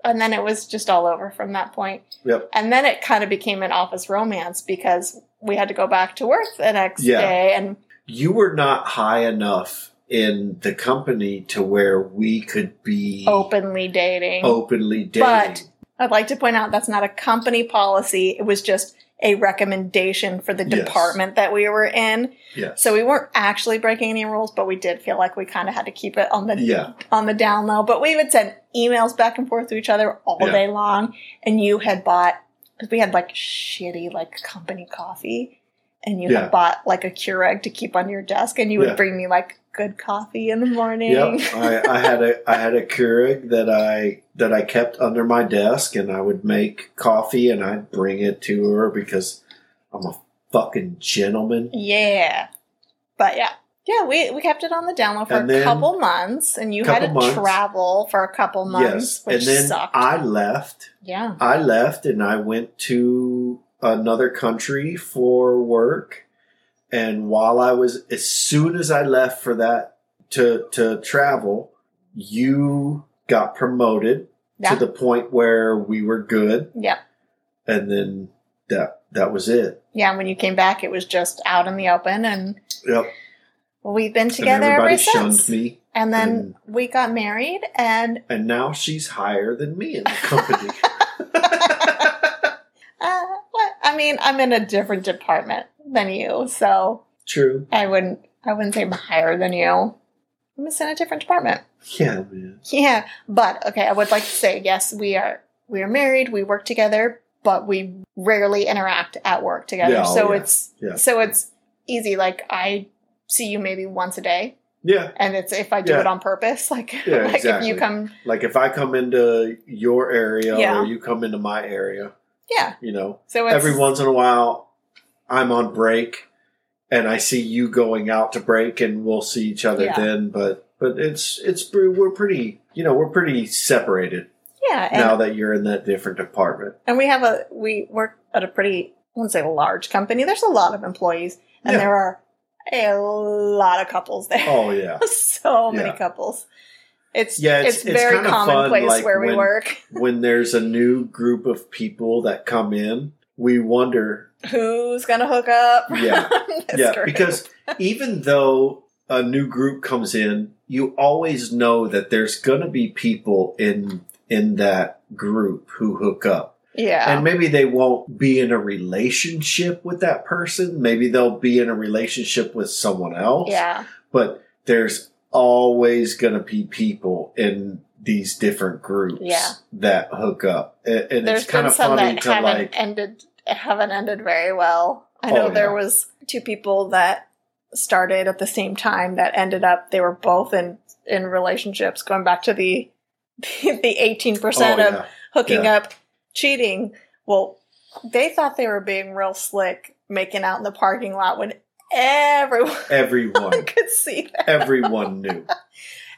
Speaker 1: and then it was just all over from that point.
Speaker 2: Yep.
Speaker 1: And then it kind of became an office romance because we had to go back to work the next
Speaker 2: Yeah.
Speaker 1: day, and
Speaker 2: you were not high enough in the company to where we could be
Speaker 1: Openly dating.
Speaker 2: Oh. openly dating.
Speaker 1: But- I'd like to point out that's not a company policy. It was just a recommendation for the
Speaker 2: Yes.
Speaker 1: department that we were in.
Speaker 2: yes.
Speaker 1: So we weren't actually breaking any rules, but we did feel like we kind of had to keep it on the
Speaker 2: yeah,
Speaker 1: on the down low. But we would send emails back and forth to each other all
Speaker 2: Yeah.
Speaker 1: day long. And you had bought because we had like shitty like company coffee, and you
Speaker 2: Yeah.
Speaker 1: had bought like a Keurig to keep on your desk, and you would
Speaker 2: Yeah.
Speaker 1: bring me like good coffee in the morning.
Speaker 2: yep. I, I had a I had a Keurig that I that I kept under my desk, and I would make coffee, and I'd bring it to her because I'm a fucking gentleman.
Speaker 1: Yeah. But yeah. Yeah, we, we kept it on the download for
Speaker 2: And
Speaker 1: a
Speaker 2: then-
Speaker 1: couple months, and you had
Speaker 2: Couple
Speaker 1: to
Speaker 2: months.
Speaker 1: travel for a couple months,
Speaker 2: yes,
Speaker 1: which
Speaker 2: and then
Speaker 1: sucked.
Speaker 2: I left.
Speaker 1: yeah.
Speaker 2: I left and I went to another country for work. And while I was, as soon as I left for that to to travel, you got promoted
Speaker 1: Yeah.
Speaker 2: to the point where we were good,
Speaker 1: Yeah.
Speaker 2: and then that that was it.
Speaker 1: Yeah. and When you came back, it was just out in the open, and
Speaker 2: Yep.
Speaker 1: we've been
Speaker 2: and
Speaker 1: together
Speaker 2: everybody
Speaker 1: ever
Speaker 2: shunned
Speaker 1: since.
Speaker 2: me,
Speaker 1: And then
Speaker 2: and-
Speaker 1: we got married, and
Speaker 2: and now she's higher than me in the company.
Speaker 1: uh, what? I mean, I'm in a different department than you, so
Speaker 2: True.
Speaker 1: I wouldn't I wouldn't say I'm higher than you. I'm just in a different department.
Speaker 2: Yeah, man.
Speaker 1: Yeah, but okay, I would like to say yes, we are we are married, we work together, but we rarely interact at work together.
Speaker 2: Yeah, oh,
Speaker 1: so
Speaker 2: yeah,
Speaker 1: it's
Speaker 2: yeah.
Speaker 1: so it's easy. Like I see you maybe once a day,
Speaker 2: Yeah.
Speaker 1: and it's if I do
Speaker 2: Yeah.
Speaker 1: it on purpose, like
Speaker 2: Yeah,
Speaker 1: like if
Speaker 2: exactly.
Speaker 1: you come,
Speaker 2: Like if I come into your area
Speaker 1: Yeah.
Speaker 2: or you come into my area,
Speaker 1: yeah.
Speaker 2: you know,
Speaker 1: So it's,
Speaker 2: every once in a while I'm on break and I see you going out to break and we'll see each other
Speaker 1: Yeah.
Speaker 2: then, but but it's it's pre- we're pretty, you know, we're pretty separated
Speaker 1: yeah, and,
Speaker 2: now that you're in that different department.
Speaker 1: and we have a we work at a pretty I wouldn't say large company. There's a lot of employees, and
Speaker 2: Yeah.
Speaker 1: there are a lot of couples there.
Speaker 2: Oh yeah.
Speaker 1: so many
Speaker 2: Yeah.
Speaker 1: couples. It's
Speaker 2: Yeah,
Speaker 1: yeah,
Speaker 2: it's-
Speaker 1: it's,
Speaker 2: it's
Speaker 1: very
Speaker 2: kinda fun,
Speaker 1: commonplace
Speaker 2: like,
Speaker 1: where we
Speaker 2: when-
Speaker 1: work.
Speaker 2: when there's a new group of people that come in, we wonder
Speaker 1: Who's gonna hook up?
Speaker 2: Yeah.
Speaker 1: This
Speaker 2: yeah,
Speaker 1: group.
Speaker 2: because even though a new group comes in, you always know that there's going to be people in in that group who hook up.
Speaker 1: yeah,
Speaker 2: And maybe they won't be in a relationship with that person, maybe they'll be in a relationship with someone else,
Speaker 1: yeah,
Speaker 2: but there's always going to be people in these different groups
Speaker 1: Yeah.
Speaker 2: that hook up. And, and
Speaker 1: there's
Speaker 2: it's kind
Speaker 1: been
Speaker 2: of
Speaker 1: some
Speaker 2: funny
Speaker 1: that
Speaker 2: to
Speaker 1: haven't
Speaker 2: like
Speaker 1: ended haven't ended very well. I
Speaker 2: Oh,
Speaker 1: know there
Speaker 2: yeah.
Speaker 1: was two people that started at the same time that ended up they were both in in relationships going back to the the eighteen percent
Speaker 2: oh,
Speaker 1: of
Speaker 2: yeah.
Speaker 1: hooking
Speaker 2: Yeah.
Speaker 1: up, cheating. Well, they thought they were being real slick, making out in the parking lot when everyone
Speaker 2: everyone
Speaker 1: could see that.
Speaker 2: everyone knew.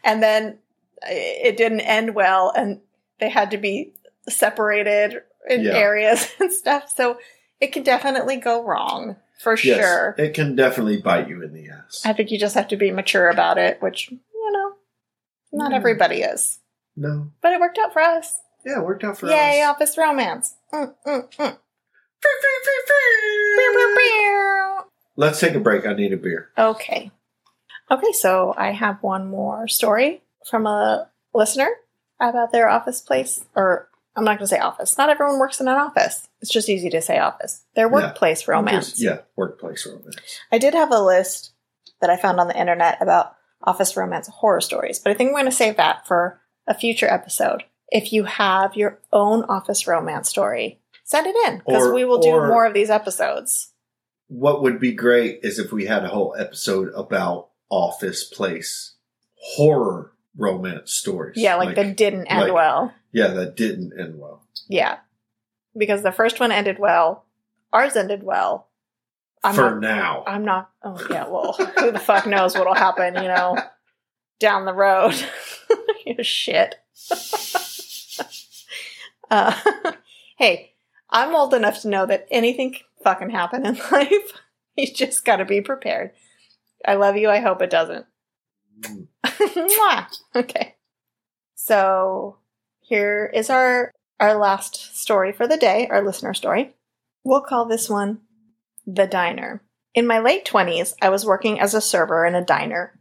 Speaker 1: And then i- it didn't end well, and they had to be separated in
Speaker 2: Yeah.
Speaker 1: areas and stuff. So it can definitely go wrong for
Speaker 2: Yes,
Speaker 1: sure.
Speaker 2: It can definitely bite you in the ass.
Speaker 1: I think you just have to be mature about it, which, you know, not
Speaker 2: Yeah.
Speaker 1: everybody is.
Speaker 2: no.
Speaker 1: But it worked out for us.
Speaker 2: Yeah, it worked out for
Speaker 1: Yay,
Speaker 2: us.
Speaker 1: office romance. Mm, mm, mm.
Speaker 2: Let's take a break. I need a beer.
Speaker 1: Okay. Okay, so I have one more story from a listener about their office place, or I'm not going to say office. Not everyone works in an office. It's just easy to say office. Their
Speaker 2: Yeah.
Speaker 1: workplace romance.
Speaker 2: Yeah, workplace romance.
Speaker 1: I did have a list that I found on the internet about office romance horror stories, but I think we're going to save that for a future episode. If you have your own office romance story, send it in because
Speaker 2: Or-
Speaker 1: we will do
Speaker 2: or-
Speaker 1: more of these episodes.
Speaker 2: What would be great is if we had a whole episode about office place horror romance stories.
Speaker 1: Yeah, like, that didn't end
Speaker 2: like-
Speaker 1: well.
Speaker 2: yeah, that didn't end well.
Speaker 1: Yeah. Because the first one ended well, ours ended well. I'm
Speaker 2: for
Speaker 1: not,
Speaker 2: now.
Speaker 1: I'm not oh yeah, well, who the fuck knows what'll happen, you know, down the road. You Shit. uh, hey, I'm old enough to know that anything can fucking happen in life. You just gotta be prepared. I love you, I hope it doesn't.
Speaker 2: Mm.
Speaker 1: Mwah. Okay. So here is our our last story for the day, our listener story. We'll call this one The Diner. In my late 20s, I was working as a server in a diner.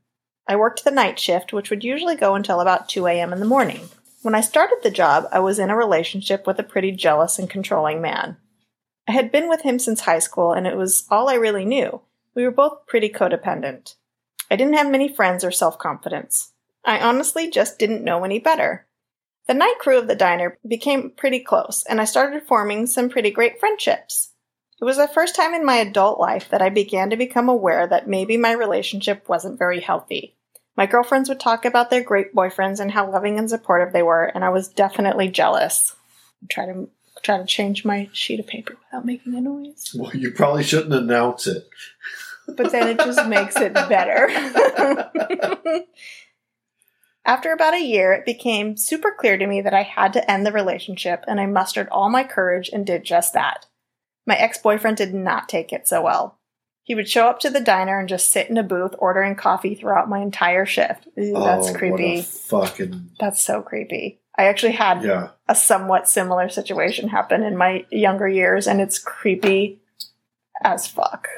Speaker 1: I worked the night shift, which would usually go until about 2 a.m. in the morning. When I started the job, I was in a relationship with a pretty jealous and controlling man. I had been with him since high school, and it was all I really knew. We were both pretty codependent. I didn't have many friends or self confidence. I honestly just didn't know any better. The night crew of the diner became pretty close, and I started forming some pretty great friendships. It was the first time in my adult life that I began to become aware that maybe my relationship wasn't very healthy. My girlfriends would talk about their great boyfriends and how loving and supportive they were, and I was definitely jealous. I'm trying to try to change my sheet of paper without making a noise.
Speaker 2: Well, you probably shouldn't announce it.
Speaker 1: But then it just makes it better. After about a year, it became super clear to me that I had to end the relationship, and I mustered all my courage and did just that. My ex boyfriend did not take it so well. He would show up to the diner and just sit in a booth ordering coffee throughout my entire shift. Ooh, that's
Speaker 2: Oh,
Speaker 1: creepy.
Speaker 2: What a fucking
Speaker 1: that's so creepy. I actually had
Speaker 2: yeah.
Speaker 1: a somewhat similar situation happen in my younger years, and it's creepy as fuck.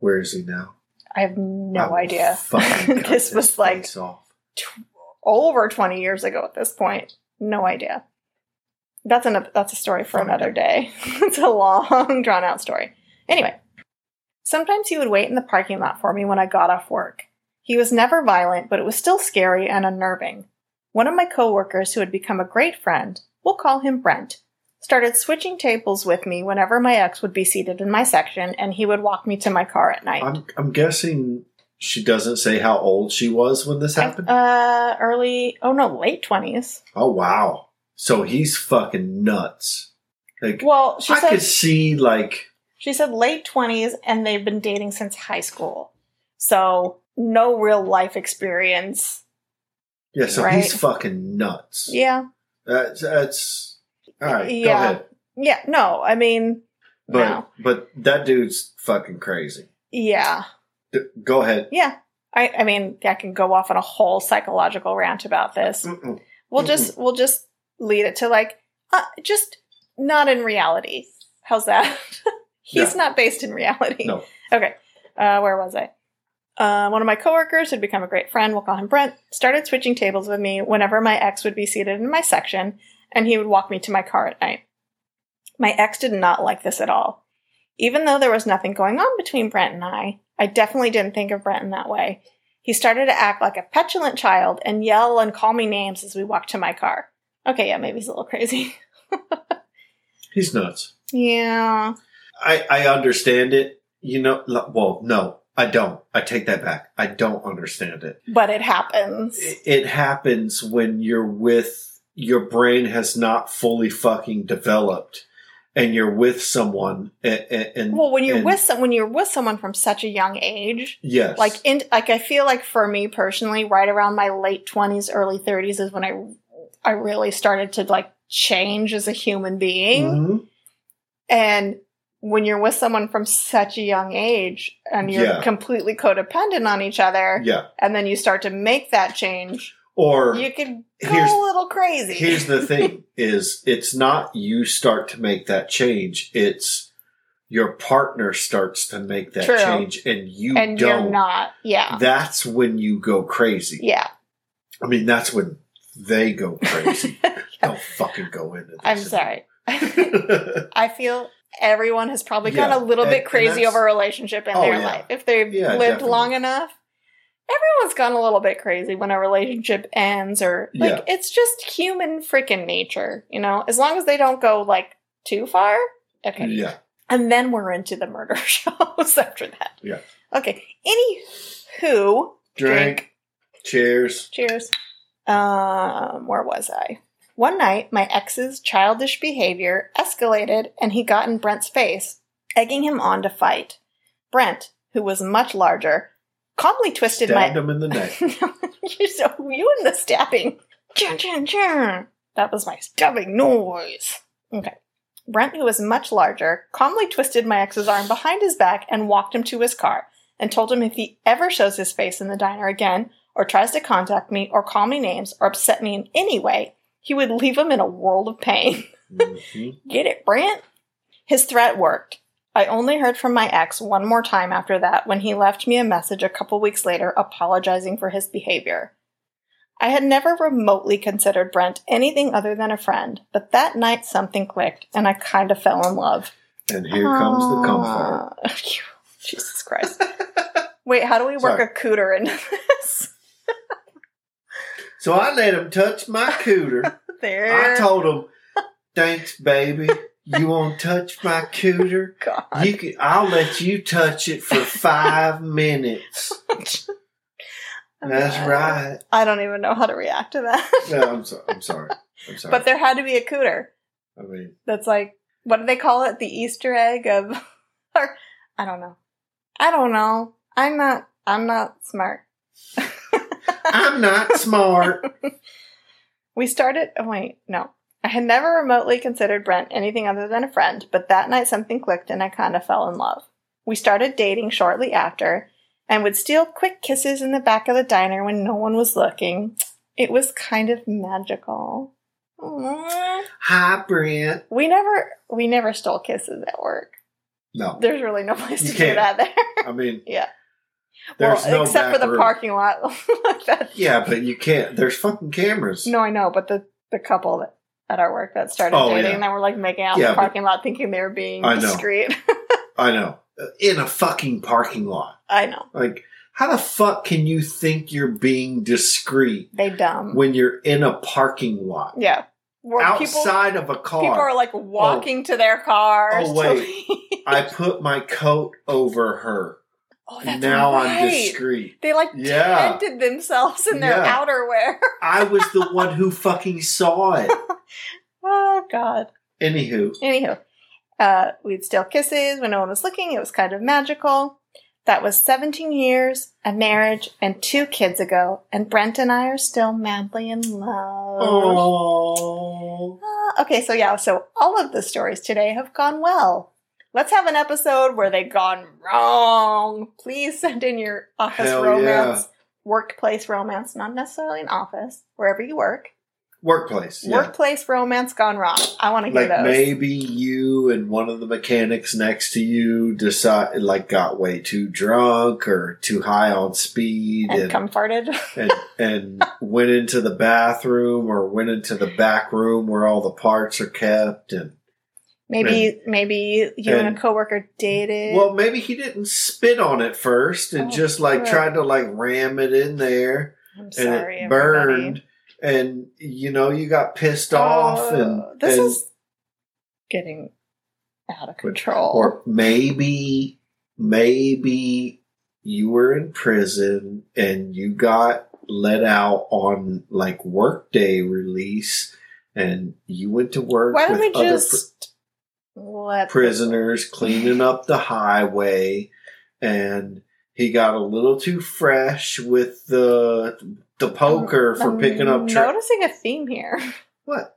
Speaker 2: Where is he now?
Speaker 1: I have no
Speaker 2: I
Speaker 1: idea.
Speaker 2: Oh, fucking cut
Speaker 1: This was like-
Speaker 2: place off.
Speaker 1: Tw- over 20 years ago at this point. No idea. That's an that's a story
Speaker 2: Oh
Speaker 1: for another day. it's a long drawn out story. Anyway, sometimes he would wait in the parking lot for me when I got off work. He was never violent, but it was still scary and unnerving. One of my coworkers who had become a great friend, we'll call him Brent, started switching tables with me whenever my ex would be seated in my section and he would walk me to my car at night.
Speaker 2: I'm I'm guessing she doesn't say how old she was when this happened.
Speaker 1: uh early oh no, late 20s.
Speaker 2: oh wow. So he's fucking nuts. Like
Speaker 1: Well, she
Speaker 2: I
Speaker 1: said
Speaker 2: could see like
Speaker 1: She said late 20s and they've been dating since high school. So, no real life experience.
Speaker 2: yeah, so
Speaker 1: Right.
Speaker 2: he's fucking nuts.
Speaker 1: Yeah.
Speaker 2: That's that's all right, go
Speaker 1: Yeah.
Speaker 2: ahead.
Speaker 1: Yeah. No, I mean,
Speaker 2: But
Speaker 1: no.
Speaker 2: but that dude's fucking crazy.
Speaker 1: Yeah.
Speaker 2: D- go ahead.
Speaker 1: Yeah. I, I mean, I can go off on a whole psychological rant about this.
Speaker 2: Mm-mm.
Speaker 1: We'll just, we'll just lead it to like, uh, just not in reality. How's that? He's not based in reality.
Speaker 2: No.
Speaker 1: Okay. Uh, where was I? Uh, one of my coworkers had become a great friend, we'll call him Brent, started switching tables with me whenever my ex would be seated in my section, and he would walk me to my car at night. My ex did not like this at all. Even though there was nothing going on between Brent and I, I definitely didn't think of Brent in that way. He started to act like a petulant child and yell and call me names as we walked to my car. Okay, yeah, maybe he's a little crazy.
Speaker 2: He's nuts.
Speaker 1: yeah.
Speaker 2: I, I understand it. You know, l- well, no, I don't. I take that back. I don't understand it.
Speaker 1: But it happens.
Speaker 2: It, it happens when you're with, your brain has not fully fucking developed and you're with someone and, and
Speaker 1: Well, when you're
Speaker 2: and-
Speaker 1: with some, when you're with someone from such a young age,
Speaker 2: yes,
Speaker 1: like in like I feel like for me personally, right around my late twenties, early thirties is when I I really started to like change as a human being.
Speaker 2: Mhm.
Speaker 1: And when you're with someone from such a young age and you're
Speaker 2: Yeah.
Speaker 1: completely codependent on each other,
Speaker 2: yeah.
Speaker 1: and then you start to make that change,
Speaker 2: Or
Speaker 1: you could go
Speaker 2: here's-
Speaker 1: a little crazy.
Speaker 2: here's the thing is it's not you start to make that change. It's your partner starts to make that
Speaker 1: True.
Speaker 2: change and you
Speaker 1: and
Speaker 2: don't.
Speaker 1: you're not, yeah,
Speaker 2: That's when you go crazy.
Speaker 1: yeah.
Speaker 2: I mean, that's when they go crazy. Don't fucking go into this.
Speaker 1: I'm sorry.
Speaker 2: yeah,
Speaker 1: I feel everyone has probably
Speaker 2: Yeah,
Speaker 1: gone a little
Speaker 2: and-
Speaker 1: bit
Speaker 2: and
Speaker 1: crazy
Speaker 2: that's-
Speaker 1: over a relationship in
Speaker 2: Oh,
Speaker 1: their
Speaker 2: yeah.
Speaker 1: life. If they've
Speaker 2: Yeah,
Speaker 1: lived
Speaker 2: definitely.
Speaker 1: long enough, everyone's gone a little bit crazy when a relationship ends or like it's just human freaking nature, you know? As long as they don't go like too far. Okay.
Speaker 2: yeah.
Speaker 1: And then we're into the murder shows after that.
Speaker 2: Yeah.
Speaker 1: Okay. Anywho,
Speaker 2: Drink. Cheers.
Speaker 1: Cheers. Um, where was I? One night, my ex's childish behavior escalated and he got in Brent's face, egging him on to fight. Brent, who was much larger, calmly twisted
Speaker 2: Stabbed
Speaker 1: my.
Speaker 2: him in the neck.
Speaker 1: You're so you and the stabbing. Chun, chun, chun. That was my stabbing noise. Okay. Brent, who was much larger, calmly twisted my ex's arm behind his back and walked him to his car and told him if he ever shows his face in the diner again or tries to contact me or call me names or upset me in any way, he would leave him in a world of pain.
Speaker 2: Mhm.
Speaker 1: Get it, Brent? His threat worked. I only heard from my ex one more time after that when he left me a message a couple weeks later apologizing for his behavior. I had never remotely considered Brent anything other than a friend, but that night something clicked and I kind of fell in love.
Speaker 2: And here comes the comfort.
Speaker 1: Ah. Jesus Christ. Wait, how do we work
Speaker 2: Sorry.
Speaker 1: a cooter into this?
Speaker 2: So I let him touch my cooter.
Speaker 1: There.
Speaker 2: I told him, "Thanks, baby. You won't touch my cooter.
Speaker 1: God.
Speaker 2: You can, I'll let you touch it for five minutes." That's right.
Speaker 1: I don't even know how to react to that.
Speaker 2: No, I'm sorry. I'm sorry. I'm sorry.
Speaker 1: but there had to be a cooter.
Speaker 2: I mean,
Speaker 1: That's like what do they call it? The Easter egg of or I don't know. I don't know. I'm not I'm not smart.
Speaker 2: I'm not smart.
Speaker 1: We started. Oh, wait, no. I had never remotely considered Brent anything other than a friend, but that night something clicked and I kind of fell in love. We started dating shortly after and would steal quick kisses in the back of the diner when no one was looking. It was kind of magical. Aww.
Speaker 2: Hi, Brent.
Speaker 1: We never we never stole kisses at work.
Speaker 2: No,
Speaker 1: There's really no place
Speaker 2: You
Speaker 1: to do
Speaker 2: can't.
Speaker 1: that there.
Speaker 2: I mean,
Speaker 1: Yeah.
Speaker 2: There's no
Speaker 1: except for
Speaker 2: back
Speaker 1: the
Speaker 2: room.
Speaker 1: parking lot. That's-
Speaker 2: Yeah, but you can't. There's fucking cameras.
Speaker 1: No, I know, but the the couple that, at our work that started
Speaker 2: Oh,
Speaker 1: dating
Speaker 2: yeah.
Speaker 1: and were like making out in
Speaker 2: Yeah,
Speaker 1: the
Speaker 2: but-
Speaker 1: parking lot, thinking they were being
Speaker 2: I know.
Speaker 1: discreet.
Speaker 2: I know. In a fucking parking lot.
Speaker 1: I know
Speaker 2: Like, how the fuck can you think you're being discreet
Speaker 1: they dumb.
Speaker 2: when you're in a parking lot
Speaker 1: yeah, where people
Speaker 2: outside of a
Speaker 1: people are
Speaker 2: car?
Speaker 1: like walking to their cars.
Speaker 2: Oh,
Speaker 1: to
Speaker 2: wait.
Speaker 1: leave.
Speaker 2: I put my coat over her.
Speaker 1: oh, that's
Speaker 2: now
Speaker 1: right.
Speaker 2: I'm discreet.
Speaker 1: They like
Speaker 2: Yeah.
Speaker 1: tented themselves in their
Speaker 2: Yeah.
Speaker 1: outerwear.
Speaker 2: I was the one who fucking saw it.
Speaker 1: oh God.
Speaker 2: Anywho,
Speaker 1: Anywho, uh, we'd steal kisses when no one was looking. It was kind of magical. That was 17 years, a marriage, and two kids ago, and Brent and I are still madly in love.
Speaker 2: oh,
Speaker 1: Ah, okay, so yeah, so all of the stories today have gone well. Let's have an episode where they've gone wrong. Please send in your office
Speaker 2: Hell
Speaker 1: romance, workplace romance, not necessarily an office, wherever you work.
Speaker 2: workplace. Yeah.
Speaker 1: Workplace romance gone wrong. I want to hear
Speaker 2: like
Speaker 1: those.
Speaker 2: maybe you and one of the mechanics next to you decide like got way too drunk or too high on speed
Speaker 1: and
Speaker 2: and and,
Speaker 1: come farted.
Speaker 2: and, went into the bathroom or went into the back room where all the parts are kept and
Speaker 1: Maybe maybe you and,
Speaker 2: and-
Speaker 1: a coworker dated.
Speaker 2: well maybe he didn't spit on it first and
Speaker 1: Oh,
Speaker 2: just like
Speaker 1: good.
Speaker 2: tried to like ram it in there
Speaker 1: I'm
Speaker 2: and
Speaker 1: sorry,
Speaker 2: it
Speaker 1: everybody.
Speaker 2: burned and you know you got pissed
Speaker 1: Oh,
Speaker 2: off and
Speaker 1: this
Speaker 2: and-
Speaker 1: is getting out of control.
Speaker 2: Or maybe, maybe you were in prison and you got let out on like workday release and you went to work
Speaker 1: Why don't we
Speaker 2: with other
Speaker 1: just let
Speaker 2: pr- prisoners cleaning up the highway and he got a little too fresh with the the poker for
Speaker 1: I'm
Speaker 2: picking up tra-
Speaker 1: noticing a theme here.
Speaker 2: what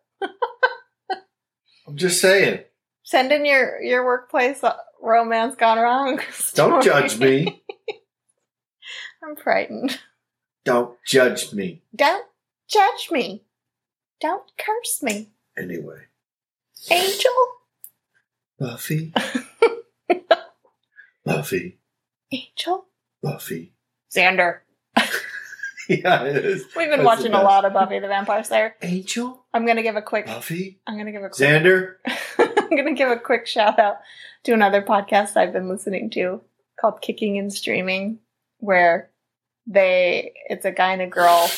Speaker 2: i'm just saying
Speaker 1: Send in your your workplace uh, romance gone wrong.
Speaker 2: don't
Speaker 1: story.
Speaker 2: judge me
Speaker 1: I'm frightened.
Speaker 2: don't judge me
Speaker 1: Don't judge me. Don't curse me,
Speaker 2: anyway
Speaker 1: Angel.
Speaker 2: Buffy. Buffy.
Speaker 1: Angel.
Speaker 2: Buffy.
Speaker 1: Xander.
Speaker 2: Yeah, it is.
Speaker 1: We've been
Speaker 2: That's the
Speaker 1: watching a
Speaker 2: best. Oh.
Speaker 1: lot of Buffy the Vampire Slayer.
Speaker 2: Angel?
Speaker 1: I'm gonna give a quick.
Speaker 2: Buffy?
Speaker 1: I'm gonna give a quick.
Speaker 2: Xander?
Speaker 1: I'm gonna give a quick shout out to another podcast I've been listening to called Kicking and Streaming, where they it's a guy and a girl,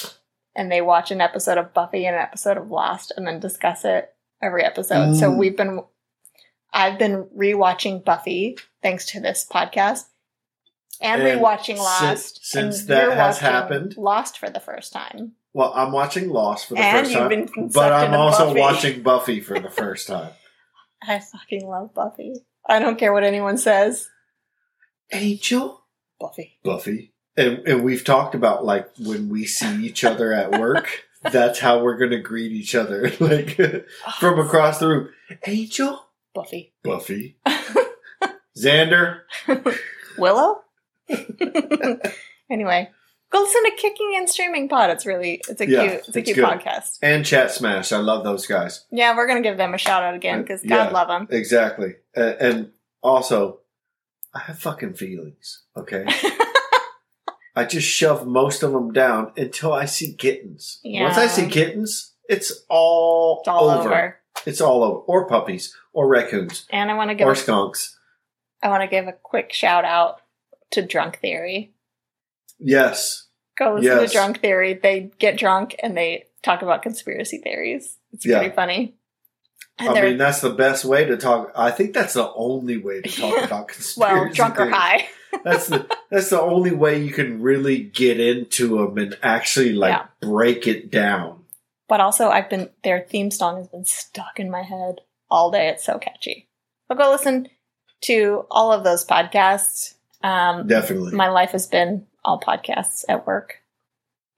Speaker 1: and they watch an episode of Buffy and an episode of Lost, and then discuss it every episode. So
Speaker 2: Mm.
Speaker 1: we've been, I've been rewatching Buffy thanks to this podcast. And,
Speaker 2: And
Speaker 1: rewatching
Speaker 2: si-
Speaker 1: Lost
Speaker 2: since
Speaker 1: and
Speaker 2: that
Speaker 1: you're
Speaker 2: has
Speaker 1: watching
Speaker 2: happened-
Speaker 1: Lost for the first time,
Speaker 2: Well, I'm watching Lost for the
Speaker 1: and
Speaker 2: 1st
Speaker 1: you've
Speaker 2: time.
Speaker 1: been sucked
Speaker 2: but I'm
Speaker 1: into
Speaker 2: also
Speaker 1: Buffy.
Speaker 2: watching Buffy for the first time.
Speaker 1: I fucking love Buffy. I don't care what anyone says.
Speaker 2: Angel?
Speaker 1: Buffy.
Speaker 2: Buffy. And, and we've talked about like when we see each other at work, that's how we're going to greet each other. Like from across the room. Angel?
Speaker 1: Buffy.
Speaker 2: Buffy. Xander?
Speaker 1: Willow? anyway, go listen to Kicking and Streaming Pod. It's really it's a
Speaker 2: Yeah,
Speaker 1: cute it's a
Speaker 2: it's
Speaker 1: cute
Speaker 2: good.
Speaker 1: podcast.
Speaker 2: And Chat Smash. I love those guys.
Speaker 1: Yeah, we're gonna give them a shout out again because God
Speaker 2: Uh, Yeah.
Speaker 1: love them.
Speaker 2: Exactly. A- And Also, I have fucking feelings, okay? I just shove most of them down until I see kittens.
Speaker 1: Yeah.
Speaker 2: Once I see kittens, it's all,
Speaker 1: It's all
Speaker 2: over.
Speaker 1: over.
Speaker 2: It's all over. Or puppies, or raccoons,
Speaker 1: And I want to give
Speaker 2: or
Speaker 1: a,
Speaker 2: skunks.
Speaker 1: I want to give a quick shout out to Drunk Theory.
Speaker 2: Yes.
Speaker 1: Go listen
Speaker 2: Yes.
Speaker 1: to Drunk Theory. They get drunk and they talk about conspiracy theories. It's
Speaker 2: Yeah.
Speaker 1: pretty funny. And
Speaker 2: I
Speaker 1: they're
Speaker 2: mean, that's the best way to talk. I think that's the only way to talk about conspiracy.
Speaker 1: well, drunk or
Speaker 2: theories.
Speaker 1: high.
Speaker 2: That's the that's the only way you can really get into them and actually like
Speaker 1: Yeah.
Speaker 2: break it down.
Speaker 1: But also, I've been their theme song has been stuck in my head all day. It's so catchy. But go listen to all of those podcasts. Um,
Speaker 2: Definitely.
Speaker 1: my life has been all podcasts at work.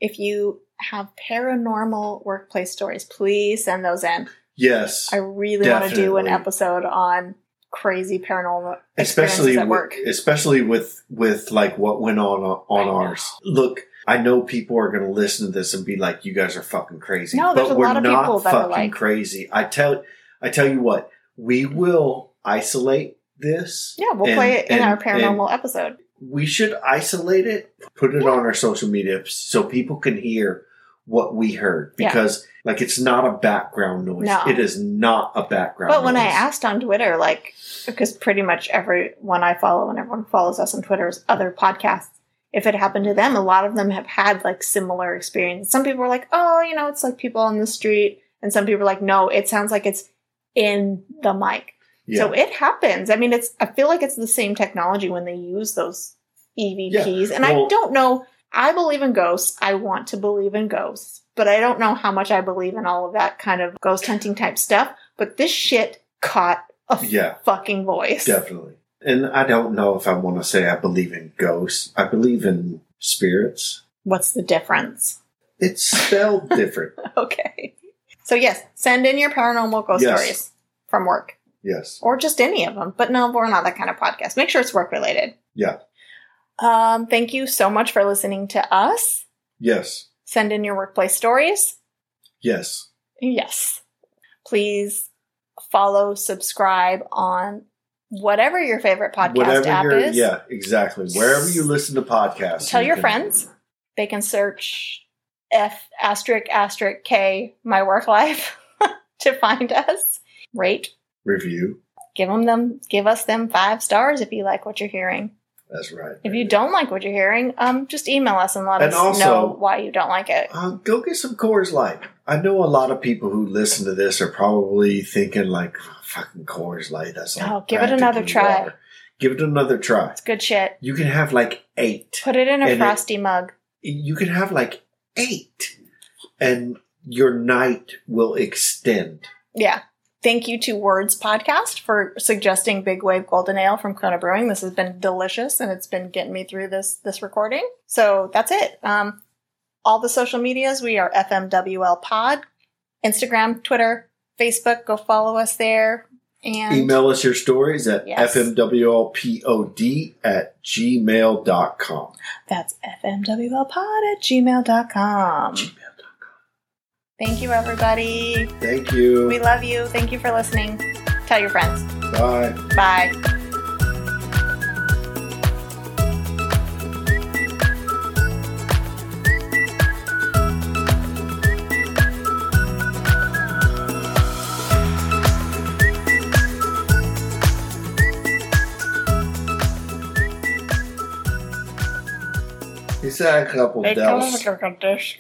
Speaker 1: If you have paranormal workplace stories, please send those in.
Speaker 2: yes.
Speaker 1: I really want to do an
Speaker 2: Definitely.
Speaker 1: episode on crazy paranormal
Speaker 2: especially
Speaker 1: experiences at
Speaker 2: wi-
Speaker 1: work.
Speaker 2: especially with with like what went on uh, on
Speaker 1: I know.
Speaker 2: ours. Look, I know people are going to listen to this and be like, "You guys are fucking crazy,"
Speaker 1: No, there's
Speaker 2: but
Speaker 1: a
Speaker 2: we're
Speaker 1: lot of
Speaker 2: not
Speaker 1: people that are
Speaker 2: fucking
Speaker 1: like-
Speaker 2: crazy. I tell I tell you what, we will isolate this.
Speaker 1: Yeah, we'll
Speaker 2: And-
Speaker 1: play it in
Speaker 2: and-
Speaker 1: our paranormal episode.
Speaker 2: We should isolate it, put it on our social media so people can hear what we heard
Speaker 1: Yeah.
Speaker 2: because like it's not a background noise.
Speaker 1: No.
Speaker 2: It is not a background.
Speaker 1: But when I
Speaker 2: noise.
Speaker 1: asked on Twitter, like, because pretty much everyone I follow and everyone follows us on Twitter is other podcasts. If it happened to them, a lot of them have had like similar experiences. Some people were like, oh, you know, it's like people on the street. And some people were like, no, it sounds like it's in the mic.
Speaker 2: yeah.
Speaker 1: So it happens. I mean, it's, I feel like it's the same technology when they use those EVPs. And
Speaker 2: Well-
Speaker 1: I don't know. I believe in ghosts. I want to believe in ghosts, but I don't know how much I believe in all of that kind of ghost hunting type stuff. But this shit caught a
Speaker 2: yeah.
Speaker 1: fucking voice.
Speaker 2: Definitely. And I don't know if I want to say I believe in ghosts. I believe in spirits.
Speaker 1: What's the difference?
Speaker 2: It's spelled different.
Speaker 1: Okay. So, yes, send in your paranormal ghost
Speaker 2: Yes.
Speaker 1: stories from work.
Speaker 2: Yes.
Speaker 1: or just any of them. But no, we're not that kind of podcast. Make sure it's work related.
Speaker 2: Yeah.
Speaker 1: Um, thank you so much for listening to us.
Speaker 2: Yes.
Speaker 1: Send in your workplace stories.
Speaker 2: Yes.
Speaker 1: Yes. Please follow, subscribe on whatever your favorite podcast app
Speaker 2: your-
Speaker 1: is.
Speaker 2: yeah, exactly. Wherever you listen to podcasts,
Speaker 1: Tell
Speaker 2: you
Speaker 1: your
Speaker 2: can-
Speaker 1: friends. They can search F asterisk asterisk K my work life to find us. Rate.
Speaker 2: review.
Speaker 1: Give 'em them give us them five stars if you like what you're hearing.
Speaker 2: That's right.
Speaker 1: If you don't like what you're hearing, um, just email us and let
Speaker 2: And
Speaker 1: us
Speaker 2: also-
Speaker 1: know why you don't like it.
Speaker 2: Uh, go get some Coors Light. I know a lot of people who listen to this are probably thinking like, "Fucking Coors Light." That's like
Speaker 1: Oh, give it another
Speaker 2: practically
Speaker 1: try.
Speaker 2: water." Give it another try.
Speaker 1: It's good shit.
Speaker 2: You can have like eight.
Speaker 1: Put it in a
Speaker 2: And it-
Speaker 1: frosty mug.
Speaker 2: you can have like eight and your night will extend.
Speaker 1: Yeah. Thank you to Words Podcast for suggesting Big Wave Golden Ale from Corona Brewing. This has been delicious and it's been getting me through this this recording. So that's it. Um, all the social medias, we are FMWL Pod, Instagram, Twitter, Facebook. Go follow us there. And
Speaker 2: Email us your stories at
Speaker 1: Yes.
Speaker 2: fmwlpod at gmail.com.
Speaker 1: that's FMWL Pod at gmail.com. Thank you, everybody.
Speaker 2: Thank you.
Speaker 1: We love you. Thank you for listening. Tell your friends.
Speaker 2: Bye.
Speaker 1: Bye.
Speaker 2: He said a couple
Speaker 1: They
Speaker 2: Dells.
Speaker 1: come like a dish.